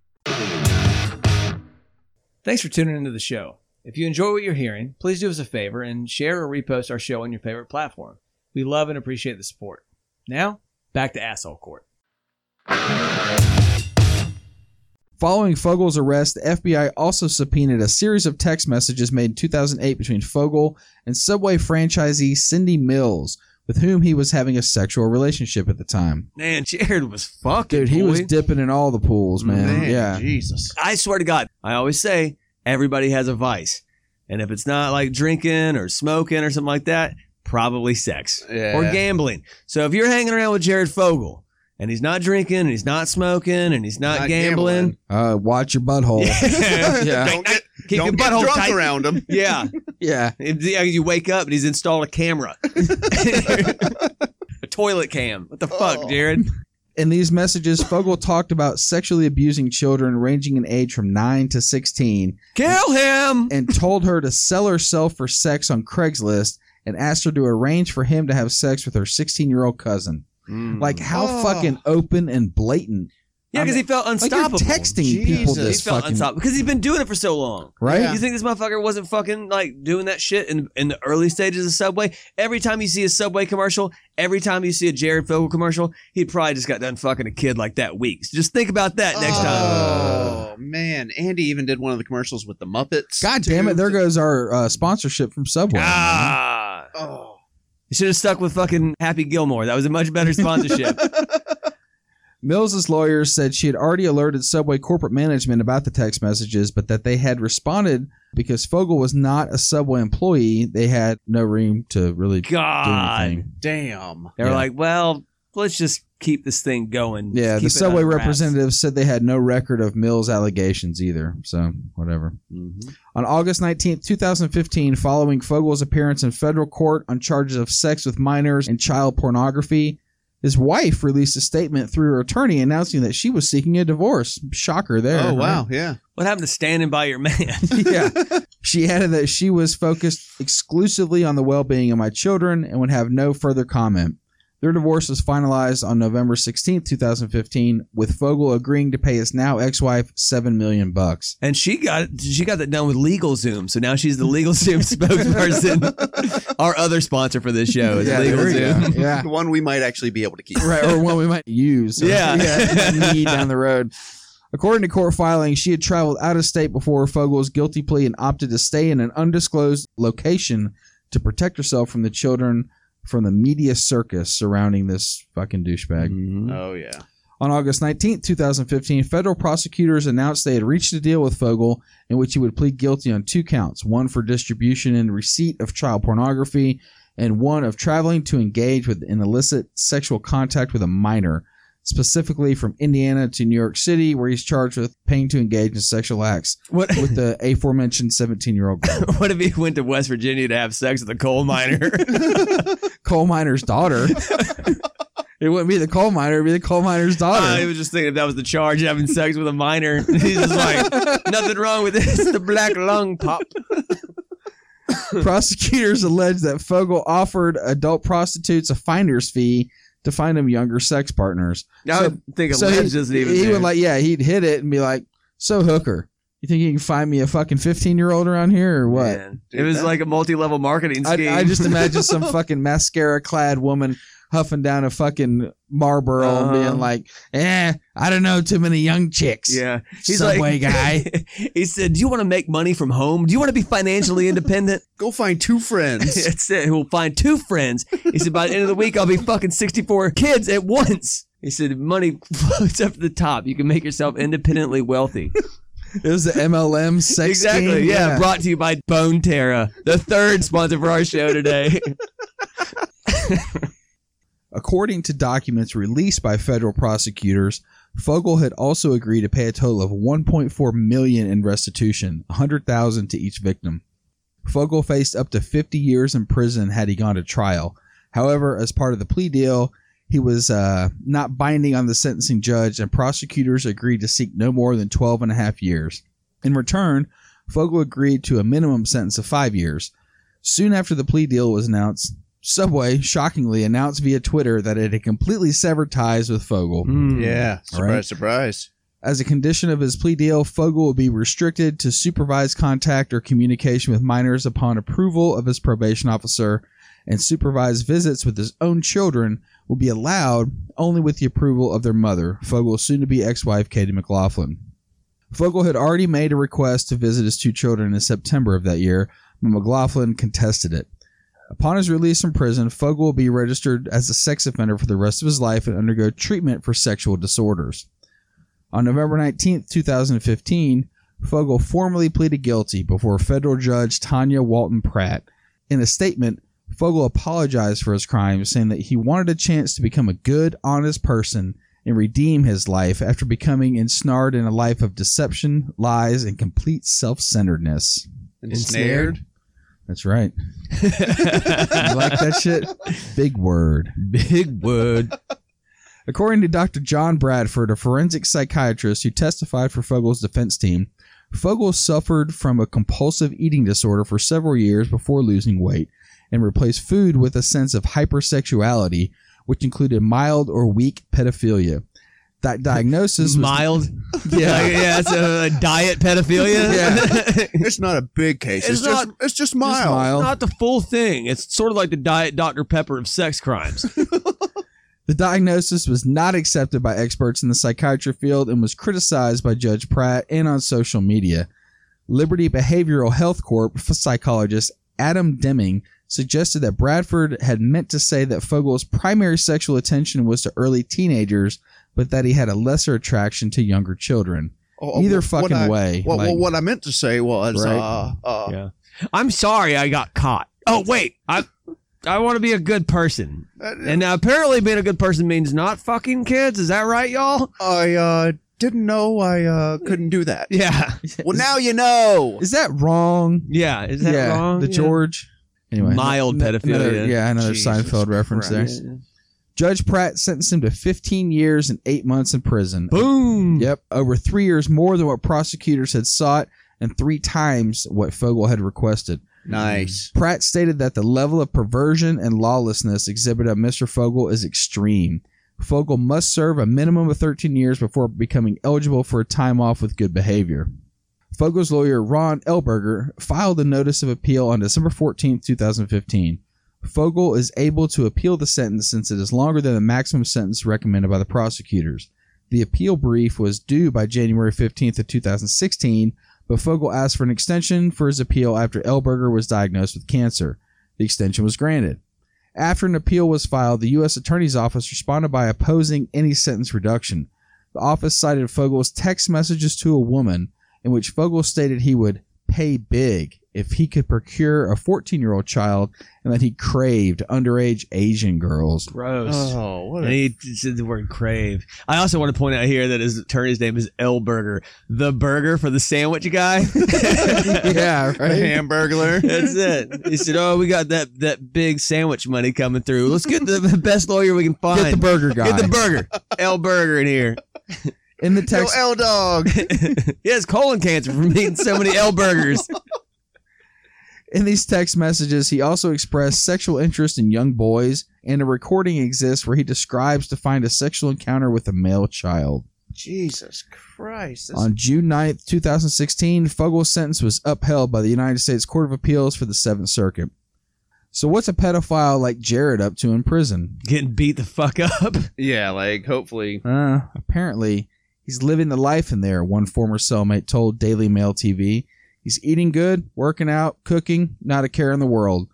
Thanks for tuning into the show. If you enjoy what you're hearing, please do us a favor and share or repost our show on your favorite platform. We love and appreciate the support. Now back to asshole court.
Following Fogel's arrest, the FBI also subpoenaed a series of text messages made in 2008 between Fogel and Subway franchisee Cindy Mills, with whom he was having a sexual relationship at the time.
Man, Jared was fucking.
Dude, he was
boy.
dipping in all the pools, man.
Man,
yeah.
Jesus.
I swear to God, I always say everybody has a vice, and if it's not like drinking or smoking or something like that, probably sex.
Yeah.
or gambling. So if you're hanging around with Jared Fogle and he's not drinking and he's not smoking and he's not,
Not
gambling,
gambling.
Uh, watch your butthole.
yeah.
yeah.
Don't get,
keep your
don't get
butthole
drunk
tight.
around him.
Yeah.
Yeah.
If- yeah, you wake up and he's installed a camera, a toilet cam. What the fuck,
Oh.
Jared?
In these messages, Fogel talked about sexually abusing children ranging in age from 9 to 16
Kill him.
and told her to sell herself for sex on Craigslist and asked her to arrange for him to have sex with her 16 year old cousin.
Hmm.
Like, how
Oh.
fucking open and blatant.
yeah, because he felt
Like, you're
unstoppable.
texting
Jesus.
people
he
this
felt
fucking.
unstoppable because he's been doing it for so long.
Right?
Yeah.
You think this motherfucker wasn't fucking like doing that shit in in the early stages of Subway? Every time you see a Subway commercial, every time you see a Jared Fogle commercial, he probably just got done fucking a kid like that week. So just think about that next time.
Oh man, Andy even did one of the commercials with the Muppets.
God damn it.
too.
There goes our uh, sponsorship from Subway.
Ah.
Oh.
You should have stuck with fucking Happy Gilmore. That was a much better sponsorship.
Mills's lawyer said she had already alerted Subway corporate management about the text messages, but that they had responded because Fogel was not a Subway employee. They had no room to really do
God.
anything.
Damn.
They were
Yeah.
like, well, let's just keep this thing going.
Yeah,
Just
the
keep it
Subway
under wraps.
representative said they had no record of Mills' allegations either. So, whatever.
Mm-hmm.
On August 19th, 2015, following Fogel's appearance in federal court on charges of sex with minors and child pornography, His wife released a statement through her attorney announcing that she was seeking a divorce. Shocker there.
oh
right?
wow, yeah.
What happened to standing by your man?
yeah. She added that she was focused exclusively on the well being of my children and would have no further comment. Their divorce was finalized on November 16th, 2015, with Fogel agreeing to pay his now ex wife seven million bucks.
And she got she got that done with Legal Zoom, so now she's the Legal Zoom spokesperson. Our other sponsor for this show is
Yeah,
Legal
there we
Zoom.
go. Yeah.
The one we might actually be able to keep.
Right, or one we might use.
Yeah.
need down the road. According to court filing, she had traveled out of state before Fogel's guilty plea and opted to stay in an undisclosed location to protect herself from the children from the media circus surrounding this fucking douchebag.
Oh yeah.
On August 19, 2015, federal prosecutors announced they had reached a deal with Fogel in which he would plead guilty on two counts one for distribution and receipt of child pornography, and one of traveling to engage with in illicit sexual contact with a minor, specifically from Indiana to New York City, where he's charged with paying to engage in sexual acts
What
with the aforementioned 17 year old girl.
what if he went to West Virginia to have sex with a coal miner?
coal miner's daughter. it wouldn't be the coal miner, it'd be the coal miner's daughter.
I was just thinking if that was the charge, having sex with a minor. He's just like, nothing wrong with this. The black lung pop.
Prosecutors allege that Fogel offered adult prostitutes a finder's fee to find him younger sex partners.
I would think
so
alleged isn't
he,
even
he
there.
would like, yeah, he'd hit it and be like, "So hooker, you think you can find me a fucking fifteen year old around here or what?"
Man, it was like a multi-level marketing
I,
scheme.
I just imagine some fucking mascara clad woman huffing down a fucking Marlboro and
Uh-huh.
being like, "Eh, I don't know too many young chicks."
yeah,
Subway guy.
he said, "Do you want to make money from home? Do you want to be financially independent?"
Go find two friends.
That's it. He'll find two friends. He said, by the end of the week, I'll be fucking 64 kids at once. He said, money floats up to the top. You can make yourself independently wealthy.
it was the MLM sex
exactly.
scheme.
yeah. Brought to you by Bone Terra, the third sponsor for our show today.
According to documents released by federal prosecutors, Fogel had also agreed to pay a total of 1.4 million in restitution, 100,000 to each victim. Fogel faced up to 50 years in prison had he gone to trial. However, as part of the plea deal, he was uh, not binding on the sentencing judge, and prosecutors agreed to seek no more than 12 and a half years. In return, Fogel agreed to a minimum sentence of five years. Soon after the plea deal was announced, Subway shockingly announced via Twitter that it had completely severed ties with Fogel.
Hmm.
Hmm.
yeah.
All
Surprise,
right.
surprise.
As a condition of his plea deal, Fogel will be restricted to supervised contact or communication with minors upon approval of his probation officer, and supervised visits with his own children will be allowed only with the approval of their mother, Fogel's soon to be ex wife Katie McLaughlin. Fogel had already made a request to visit his two children in September of that year, but McLaughlin contested it. Upon his release from prison, Fogel will be registered as a sex offender for the rest of his life and undergo treatment for sexual disorders. On November 19, 2015, Fogel formally pleaded guilty before federal judge Tanya Walton Pratt. In a statement, Fogel apologized for his crimes, saying that he wanted a chance to become a good, honest person and redeem his life after becoming ensnared in a life of deception, lies, and complete self centeredness.
Ensnared.
That's right. You like that shit? Big word.
Big word.
According to Dr. John Bradford, a forensic psychiatrist who testified for Fogel's defense team, Fogel suffered from a compulsive eating disorder for several years before losing weight and replaced food with a sense of hypersexuality, which included mild or weak pedophilia. That diagnosis was
Mild. Like, yeah, it's a diet pedophilia.
Yeah.
It's not a big case. It's,
It's
just
not-
it's just mild.
mild.
Not the full thing. It's sort of like the diet Dr. Pepper of sex crimes.
The diagnosis was not accepted by experts in the psychiatry field and was criticized by Judge Pratt and on social media. Liberty Behavioral Health Corp psychologist Adam Deming suggested that Bradford had meant to say that Fogel's primary sexual attention was to early teenagers, but that he had a lesser attraction to younger children.
Oh,
Either
what
fucking
I-
way.
Well, well,
like-
what I meant to say was,
Right.
uh, uh,
Yeah. I'm sorry I got caught. Oh wait, I I want to be a good person,
uh,
and now apparently being a good person means not fucking kids. Is that right, y'all?
I uh, didn't know I uh, couldn't do that.
Yeah,
Well, now you know.
Is that wrong?
yeah. Is that
yeah,
wrong?
the
Yeah.
George. Anyway,
Mild
another-
pedophilia.
yeah, another
Jesus
Seinfeld reference
Christ.
there. Judge Pratt sentenced him to 15 years and eight months in prison.
Boom.
Yep, over three years more than what prosecutors had sought and three times what Fogel had requested.
Nice.
Pratt stated that the level of perversion and lawlessness exhibited by Mr. Fogel is extreme. Fogel must serve a minimum of 13 years before becoming eligible for a time off with good behavior. Fogel's lawyer Ron Elberger filed a notice of appeal on December 14, 2015. Fogel is able to appeal the sentence since it is longer than the maximum sentence recommended by the prosecutors. The appeal brief was due by January 15th of 2016, but Fogel asked for an extension for his appeal after Elberger was diagnosed with cancer. The extension was granted. After an appeal was filed, the U.S. Attorney's Office responded by opposing any sentence reduction. The office cited Fogel's text messages to a woman in which Fogel stated he would pay big if he could procure a 14 year old child and that he craved underage Asian girls.
Gross.
Oh, what
And he said the word crave. I also want to point out here that his attorney's name is L Burger, the burger for the sandwich guy.
yeah,
a hamburglar.
That's it. He said, "Oh, we got that that big sandwich money coming through. Let's get the best lawyer we can find.
Get the burger guy.
Get the burger, L Burger in here.
in the
Yo,
text
L dog.
he has colon cancer from eating so many L burgers.
In these text messages, he also expressed sexual interest in young boys, and a recording exists where he describes to find a sexual encounter with a male child.
Jesus Christ. This
On June 9th, 2016, Fogel's sentence was upheld by the United States Court of Appeals for the Seventh Circuit. So, what's a pedophile like Jared up to in prison?
Getting beat the fuck up.
Yeah, like hopefully.
Uh, apparently, he's living the life in there, one former cellmate told Daily Mail TV. He's eating good, working out, cooking, not a care in the world.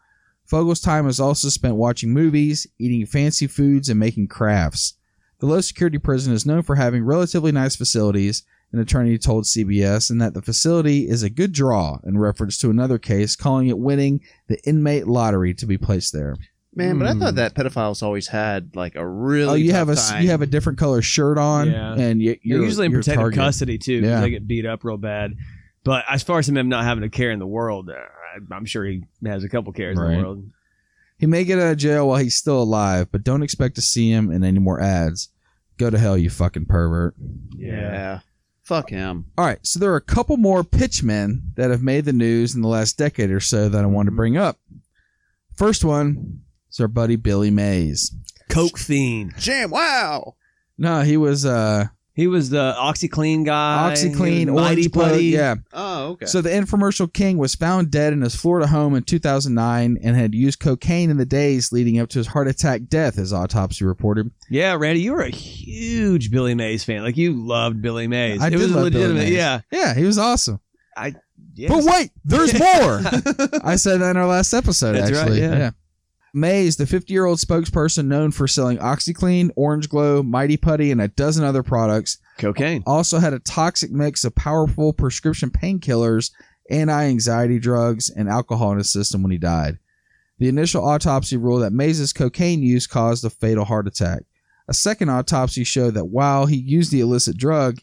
Fogel's time is also spent watching movies, eating fancy foods, and making crafts. The low security prison is known for having relatively nice facilities, an attorney told CBS, and that the facility is a good draw in reference to another case, calling it winning the inmate lottery to be placed there.
Man, but I
Hmm.
thought that pedophiles always had like a really.
Oh, you
tough
have a s-
time.
you have a different color shirt on,
Yeah.
and you,
They're
you're
usually in
you're
protective
targeted.
custody too. 'cause
Yeah.
They get beat up real bad. But as far as him not having a care in the world, uh, I- I'm sure he has a couple cares in
Right.
the world.
He may get out of jail while he's still alive, but don't expect to see him in any more ads. Go to hell, you fucking pervert.
Yeah. Fuck him.
All right, so there are a couple more pitchmen that have made the news in the last decade or so that I want to bring up. First one is our buddy Billy Mays.
Coke fiend.
Jam. Wow.
No, he was uh,
He was the OxyClean guy. He
OxyClean,
was Mighty
Orange Blood.
Putty.
Yeah.
Oh, okay.
So the infomercial king was found dead in his Florida home in 2009 and had used cocaine in the days leading up to his heart attack death, his autopsy reported.
Yeah, Randy, you were a huge Billy Mays fan. Like you loved Billy Mays.
I
it
did
was
love Billy
legitimate.
Mays.
Yeah.
Yeah, he was awesome.
Yes.
But wait, there's more. I said that in our last episode,
That's right,
actually.
yeah.
yeah. Mays, the 50 year old spokesperson known for selling OxyClean, Orange Glow, Mighty Putty, and a dozen other products,
Cocaine.
also had a toxic mix of powerful prescription painkillers, anti anxiety drugs, and alcohol in his system when he died. The initial autopsy ruled that Mays' cocaine use caused a fatal heart attack. A second autopsy showed that while he used the illicit drug,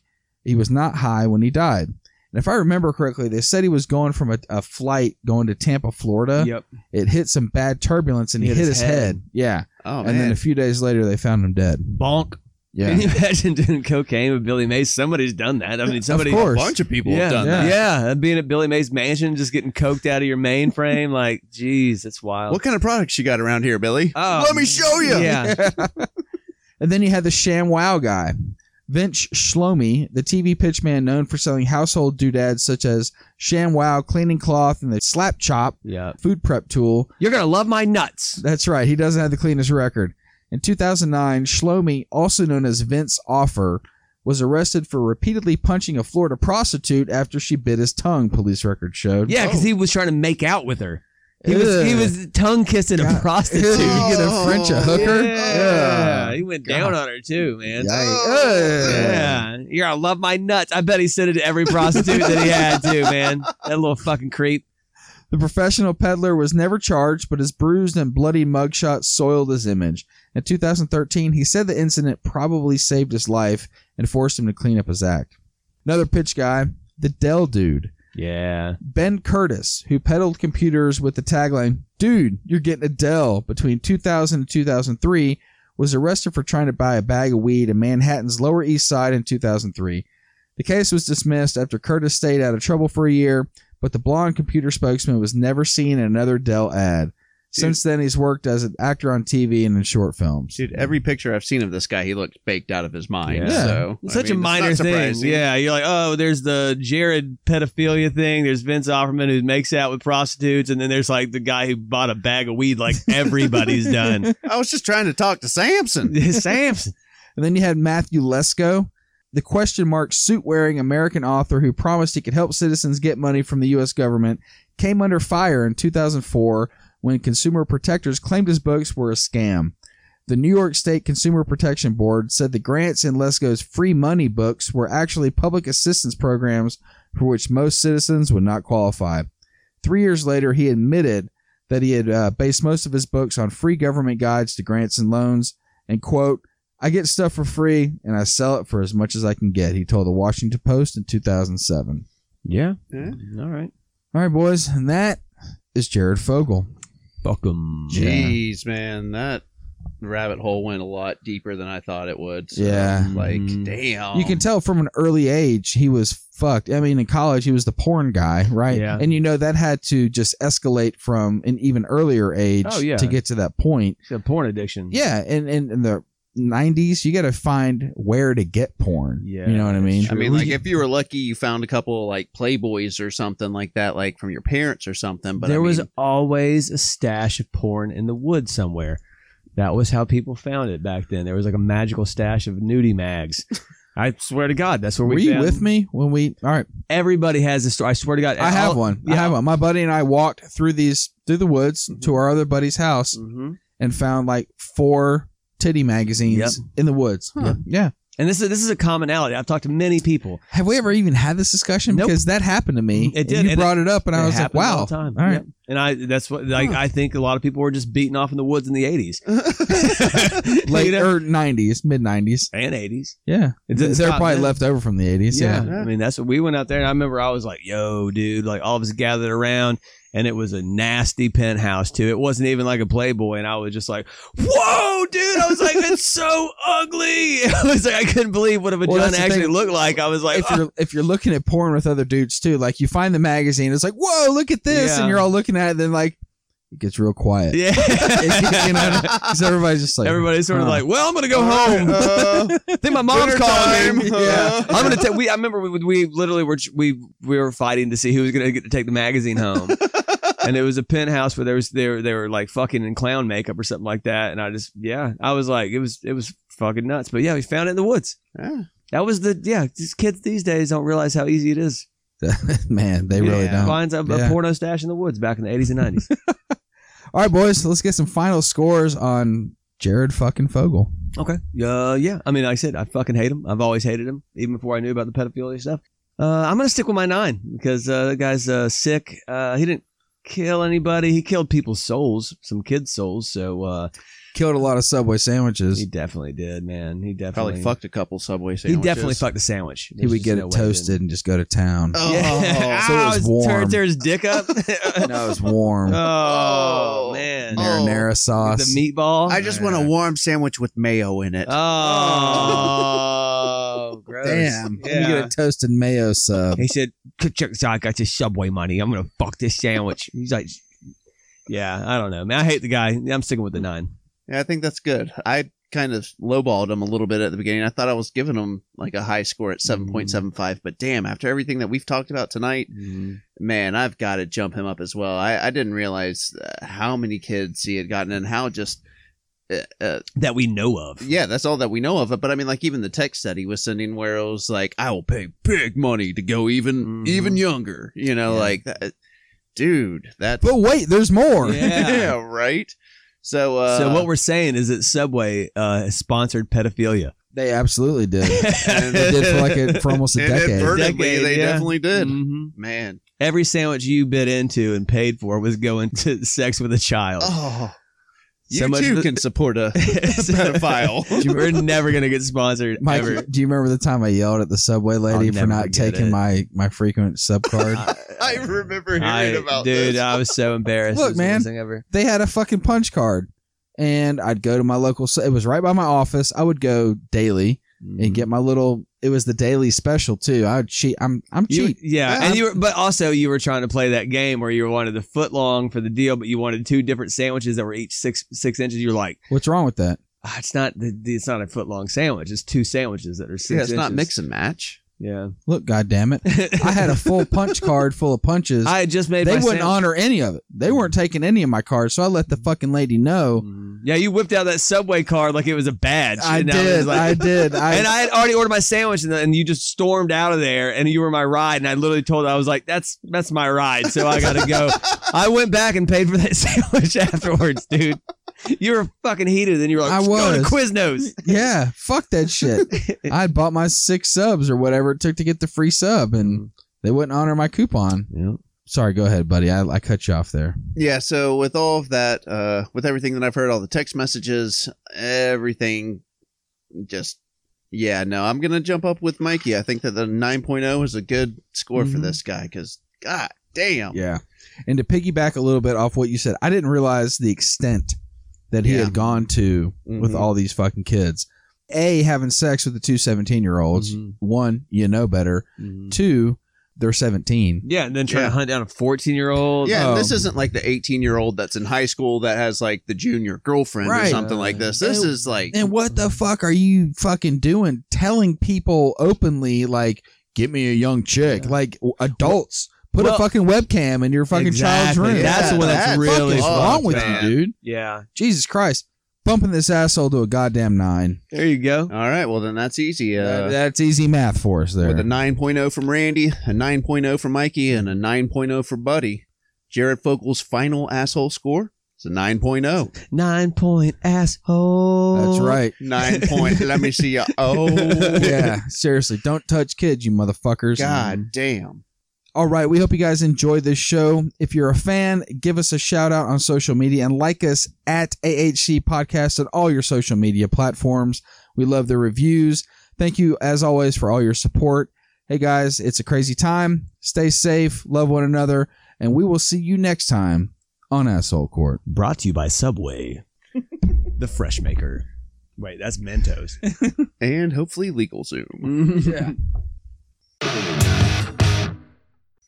he was not high when he died. And if I remember correctly, they said he was going from a, a flight going to Tampa, Florida.
Yep.
It hit some bad turbulence and he, hit, his, head. Yeah.
oh
and
man.
then a few days later, they found him dead.
Bonk. Can
Yeah.
you imagine doing cocaine with Billy Mays? Somebody's done that. I mean, somebody.
of course.
bunch of people
yeah,
have done
yeah.
that.
Yeah, being at Billy Mays' mansion, just getting coked out of your mainframe, like, geez, that's wild.
What kind of products you got around here, Billy?
Oh,
Let me show you.
Yeah,
And then you had the Sham Wow guy, Vince Shlomi, the TV pitchman known for selling household doodads such as Sham Wow, cleaning cloth, and the slap chop
yeah.
food prep tool.
You're gonna love my nuts.
That's right. He doesn't have the cleanest record. In 2009, Shlomi, also known as Vince Offer, was arrested for repeatedly punching a Florida prostitute after she bit his tongue, police record showed.
Yeah, because
Oh.
he was trying to make out with her. He was he
Ugh.
was tongue kissing a
God.
prostitute.
Ew, you gonna French a hooker?
Yeah.
Ugh.
he went down on her too, man.
Yikes.
Oh.
Ugh.
Yeah, you're gonna love my nuts. I bet he said it to every prostitute that he had too, man. That little fucking creep.
The professional peddler was never charged, but his bruised and bloody mugshot soiled his image. In 2013, he said the incident probably saved his life and forced him to clean up his act. Another pitch guy, the Dell dude,
Yeah,
Ben Curtis, who peddled computers with the tagline, Dude, you're getting a Dell between 2000 and 2003, was arrested for trying to buy a bag of weed in Manhattan's Lower East Side in 2003. The case was dismissed after Curtis stayed out of trouble for a year, but the blonde computer spokesman was never seen in another Dell ad. Since then, he's worked as an actor on TV and in short films.
Dude, every picture I've seen of this guy, he looks baked out of his mind.
Yeah.
So
It's
I mean, it's
such a
not
minor thing.
surprising.
Yeah, you're like, oh, there's the Jared pedophilia thing. There's Vince Offerman who makes out with prostitutes, and then there's like the guy who bought a bag of weed, like everybody's done.
I was just trying to talk to Samson.
Samson.
And then you had Matthew Lesko, the question mark suit wearing American author who promised he could help citizens get money from the U.S. government, came under fire in 2004 when consumer protectors claimed his books were a scam. The New York State Consumer Protection Board said the grants in Lesko's free money books were actually public assistance programs for which most citizens would not qualify. Three years later, he admitted that he had uh, based most of his books on free government guides to grants and loans and, quote, I get stuff for free and I sell it for as much as I can get, he told the Washington Post in 2007.
Yeah.
Yeah.
All right.
All right, boys, and that is Jared Fogle.
Welcome.
Jeez, man, that rabbit hole went a lot deeper than I thought it would. So,
Yeah. Mm-hmm.
like
Mm.
damn.
You can tell from an early age he was fucked. I mean, in college, he was the porn guy, right?
Yeah.
And you know, that had to just escalate from an even earlier age
Oh, yeah. Mm-hmm.
to get to that point.
It's a porn addiction.
Yeah, and in, in the 90s, you got to find where to get porn.
Yeah,
You know what I
that's
mean?
I mean,
We-
like if you were lucky, you found a couple like Playboys or something like that, like from your parents or something. But
there
I
was
mean,
always a stash of porn in the woods somewhere. That was how people found it back then. There was like a magical stash of nudie mags. I swear to God, that's where we
were you
found-
with me when we. All right.
Everybody has this story. I swear to God,
I have
all-
one. I
yeah.
have one. My buddy and I walked through these through the woods to our other buddy's house
Mm-hmm.
mhm.
and found like four titty magazines
Yep.
in the woods.
Huh.
Yeah.
And this is this is a commonality. I've talked to many people.
Have we ever even had this discussion?
Nope.
Because that happened to me.
It did,
You
and
brought it up, and I
It
was like,
happens
"Wow,
all, the time.
All right.
Yep. And I that's what like
Huh.
I think a lot of people were just beating off in the woods in the eighties,
late er,
You know?
or '90s, mid '90s.
and eighties.
Yeah, they're
It didn't stop
probably
then.
left over from the '80s. Yeah,
Yeah. I mean that's what we went out there. And I remember I was like, "Yo, dude!" Like all of us gathered around, and it was a nasty penthouse too. It wasn't even like a Playboy, and I was just like, "Whoa, dude!" I was like, "It's so ugly." I was like, I couldn't believe what a vagina
Well, that's the
actually
thing.
looked like. I was like,
if you're if you're looking at porn with other dudes too, like you find the magazine, it's like, "Whoa, look at this,"
Yeah.
and you're all looking at it, and then like it gets real quiet.
"Yeah."
you know, 'Cause everybody's just like,
Everybody's sort of
huh.
like, "Well, I'm gonna go home."
Uh,
I think my mom's
Dinner
calling me.
time.
Yeah.
I'm gonna take. We I remember we we literally were we we were fighting to see who was gonna get to take the magazine home, and it was a penthouse where there was they were, they were like fucking in clown makeup or something like that, and I just yeah I was like it was it was fucking nuts, but yeah we found it in the woods.
Yeah.
That was the yeah. These kids these days don't realize how easy it is.
man, they really
Yeah.
don't.
Finds a,
Oh, Yeah.
a porno stash in the woods back in the 80s and 90s.
All right, boys, so let's get some final scores on Jared fucking Fogle.
okay. Uh, yeah. I mean, like I said, I fucking hate him. I've always hated him, even before I knew about the pedophilia stuff. Uh, I'm gonna stick with my nine because uh, that guy's uh, sick. Uh, he didn't kill anybody. He killed people's souls, some kids' souls. So uh,
Killed a lot of Subway
he
sandwiches.
definitely did, man. He definitely
probably fucked a couple Subway
He
sandwiches.
definitely fucked a sandwich.
He would get it toasted and just go to town.
Oh.
Yeah.
So it was
Ow,
warm.
Turned their dick up.
No, it was warm.
Oh,
Oh.
man.
Oh.
Marinara
The
sauce.
meatball.
I just want a warm sandwich with mayo in it.
Oh, gross.
Damn.
Yeah.
You get a toasted mayo sub.
He said, "Check this out. I got your Subway money. I'm gonna fuck this sandwich." He's like, "Yeah, I don't know, man. I hate the guy. I'm sticking with the nine.
yeah, I think that's good. I kind of lowballed him a little bit at the beginning. I thought I was giving him like a high score at seven point seven five, but damn, after everything that we've talked about tonight, man, I've got to jump him up as well. I, I didn't realize uh, how many kids he had gotten and how just. Uh, uh,
That we know of.
yeah, that's all that we know of it. But I mean, like even the text that he was sending, where it was like, "I will pay big money to go even
Mhm.
even younger," you know,
Yeah.
like that, dude. That's
But wait, there's more.
Yeah.
yeah, right. So, uh,
so what we're saying is that Subway uh, sponsored pedophilia.
They absolutely did.
And
They did for like a, for almost a decade.
Inadvertently,
Decade,
they
yeah.
definitely did.
Mhm.
Man.
Every sandwich you bit into and paid for was going to sex with a child.
Oh. You
So much
too
for-
can support a pedophile.
We're never gonna get sponsored
Mike,
ever.
do you remember the time I yelled at the Subway lady for
I'll never
not
forget
taking
it.
my my frequent sub card?
I remember hearing
I-
about
dude,
this.
I was so embarrassed.
Look,
It was the worst
man.
thing ever.
they had a fucking punch card. and I'd go to my local. It was right by my office. I would go daily and get my little. It was the daily special too. I would cheat. I'm I'm
You-
cheap.
yeah,
Yeah,
and you were, but also you were trying to play that game where you wanted the foot long for the deal, but you wanted two different sandwiches that were each six six inches. You're like,
What's wrong with that?
"Ah, it's not the, the- it's not a foot long sandwich. It's two sandwiches that are six.
Yeah, it's not
inches."
mix and match.
Yeah,
Look, God damn it! I had a full punch card full of punches.
I had just made.
they
my
wouldn't
sandwich.
honor any of it. They weren't taking any of my cards, so I let the fucking lady know.
Yeah, you whipped out that subway card like it was a badge.
I
And was
did,
like-
I did. I
and I had already ordered my sandwich, and, and you just stormed out of there, and you were my ride. And I literally told, I was like, "That's that's my ride," so I gotta go. I went back and paid for that sandwich afterwards, dude. You were fucking heated, and you were like,
I
"Let's go to
was.
Quiznos."
yeah, fuck that shit. I had bought my six subs or whatever it took to get the free sub,
Mm.
and they wouldn't honor my coupon.
Yeah.
Sorry, go ahead, buddy. I, I cut you off there.
Yeah, so with all of that, uh, with everything that I've heard, all the text messages, everything, just yeah, no, I'm gonna jump up with Mikey. I think that the 9.0 is a good score for
Mm-hmm.
Mhm.
this guy because god
Oh.
damn,
Yeah. And to piggyback a little bit off what you said, I didn't realize the extent that he
Yeah.
had gone to with
Mhm.
Mm-hmm.
all these fucking kids. A, having sex with the two 17 year olds.
Mhm.
One, you know better.
Mm-hmm.
Two, they're 17.
Yeah, and then trying
Yeah.
to hunt down a fourteen-year-old.
Yeah, and this
um,
isn't like the 18 year old that's in high school that has like the junior girlfriend or
Right.
something like this. This
And-
is like
And what the fuck are you fucking doing telling people openly, like, get me a young chick?
Yeah.
Like, w- adults, put a
Well-
fucking webcam in your fucking child's
Exactly.
room.
That's
Yeah,
the one that's
that
really
What's
fucking
wrong with
man.
you, dude?
Yeah,
Jesus Christ. Bumping this asshole to a goddamn nine.
there you go.
All right, well then that's easy.
That-
Uh,
that's easy math for us there.
with a 9.0 from Randy, a 9.0 from Mikey, and a 9.0 for Buddy. Jared Fogel's final asshole score is a oh. 9.0.
Nine point asshole.
That's right.
9 point. let me see ya. Oh,
yeah, seriously, don't touch kids, you motherfuckers.
God damn.
All right, we hope you guys enjoyed this show. If you're a fan, give us a shout out on social media and like us at AHC Podcast on all your social media platforms. We love the reviews. Thank you, as always, for all your support. Hey, guys, it's a crazy time. Stay safe, love one another, and we will see you next time on Asshole Court.
Brought to you by Subway, the Fresh Maker. Wait, that's Mentos.
And hopefully legal Zoom.
Yeah.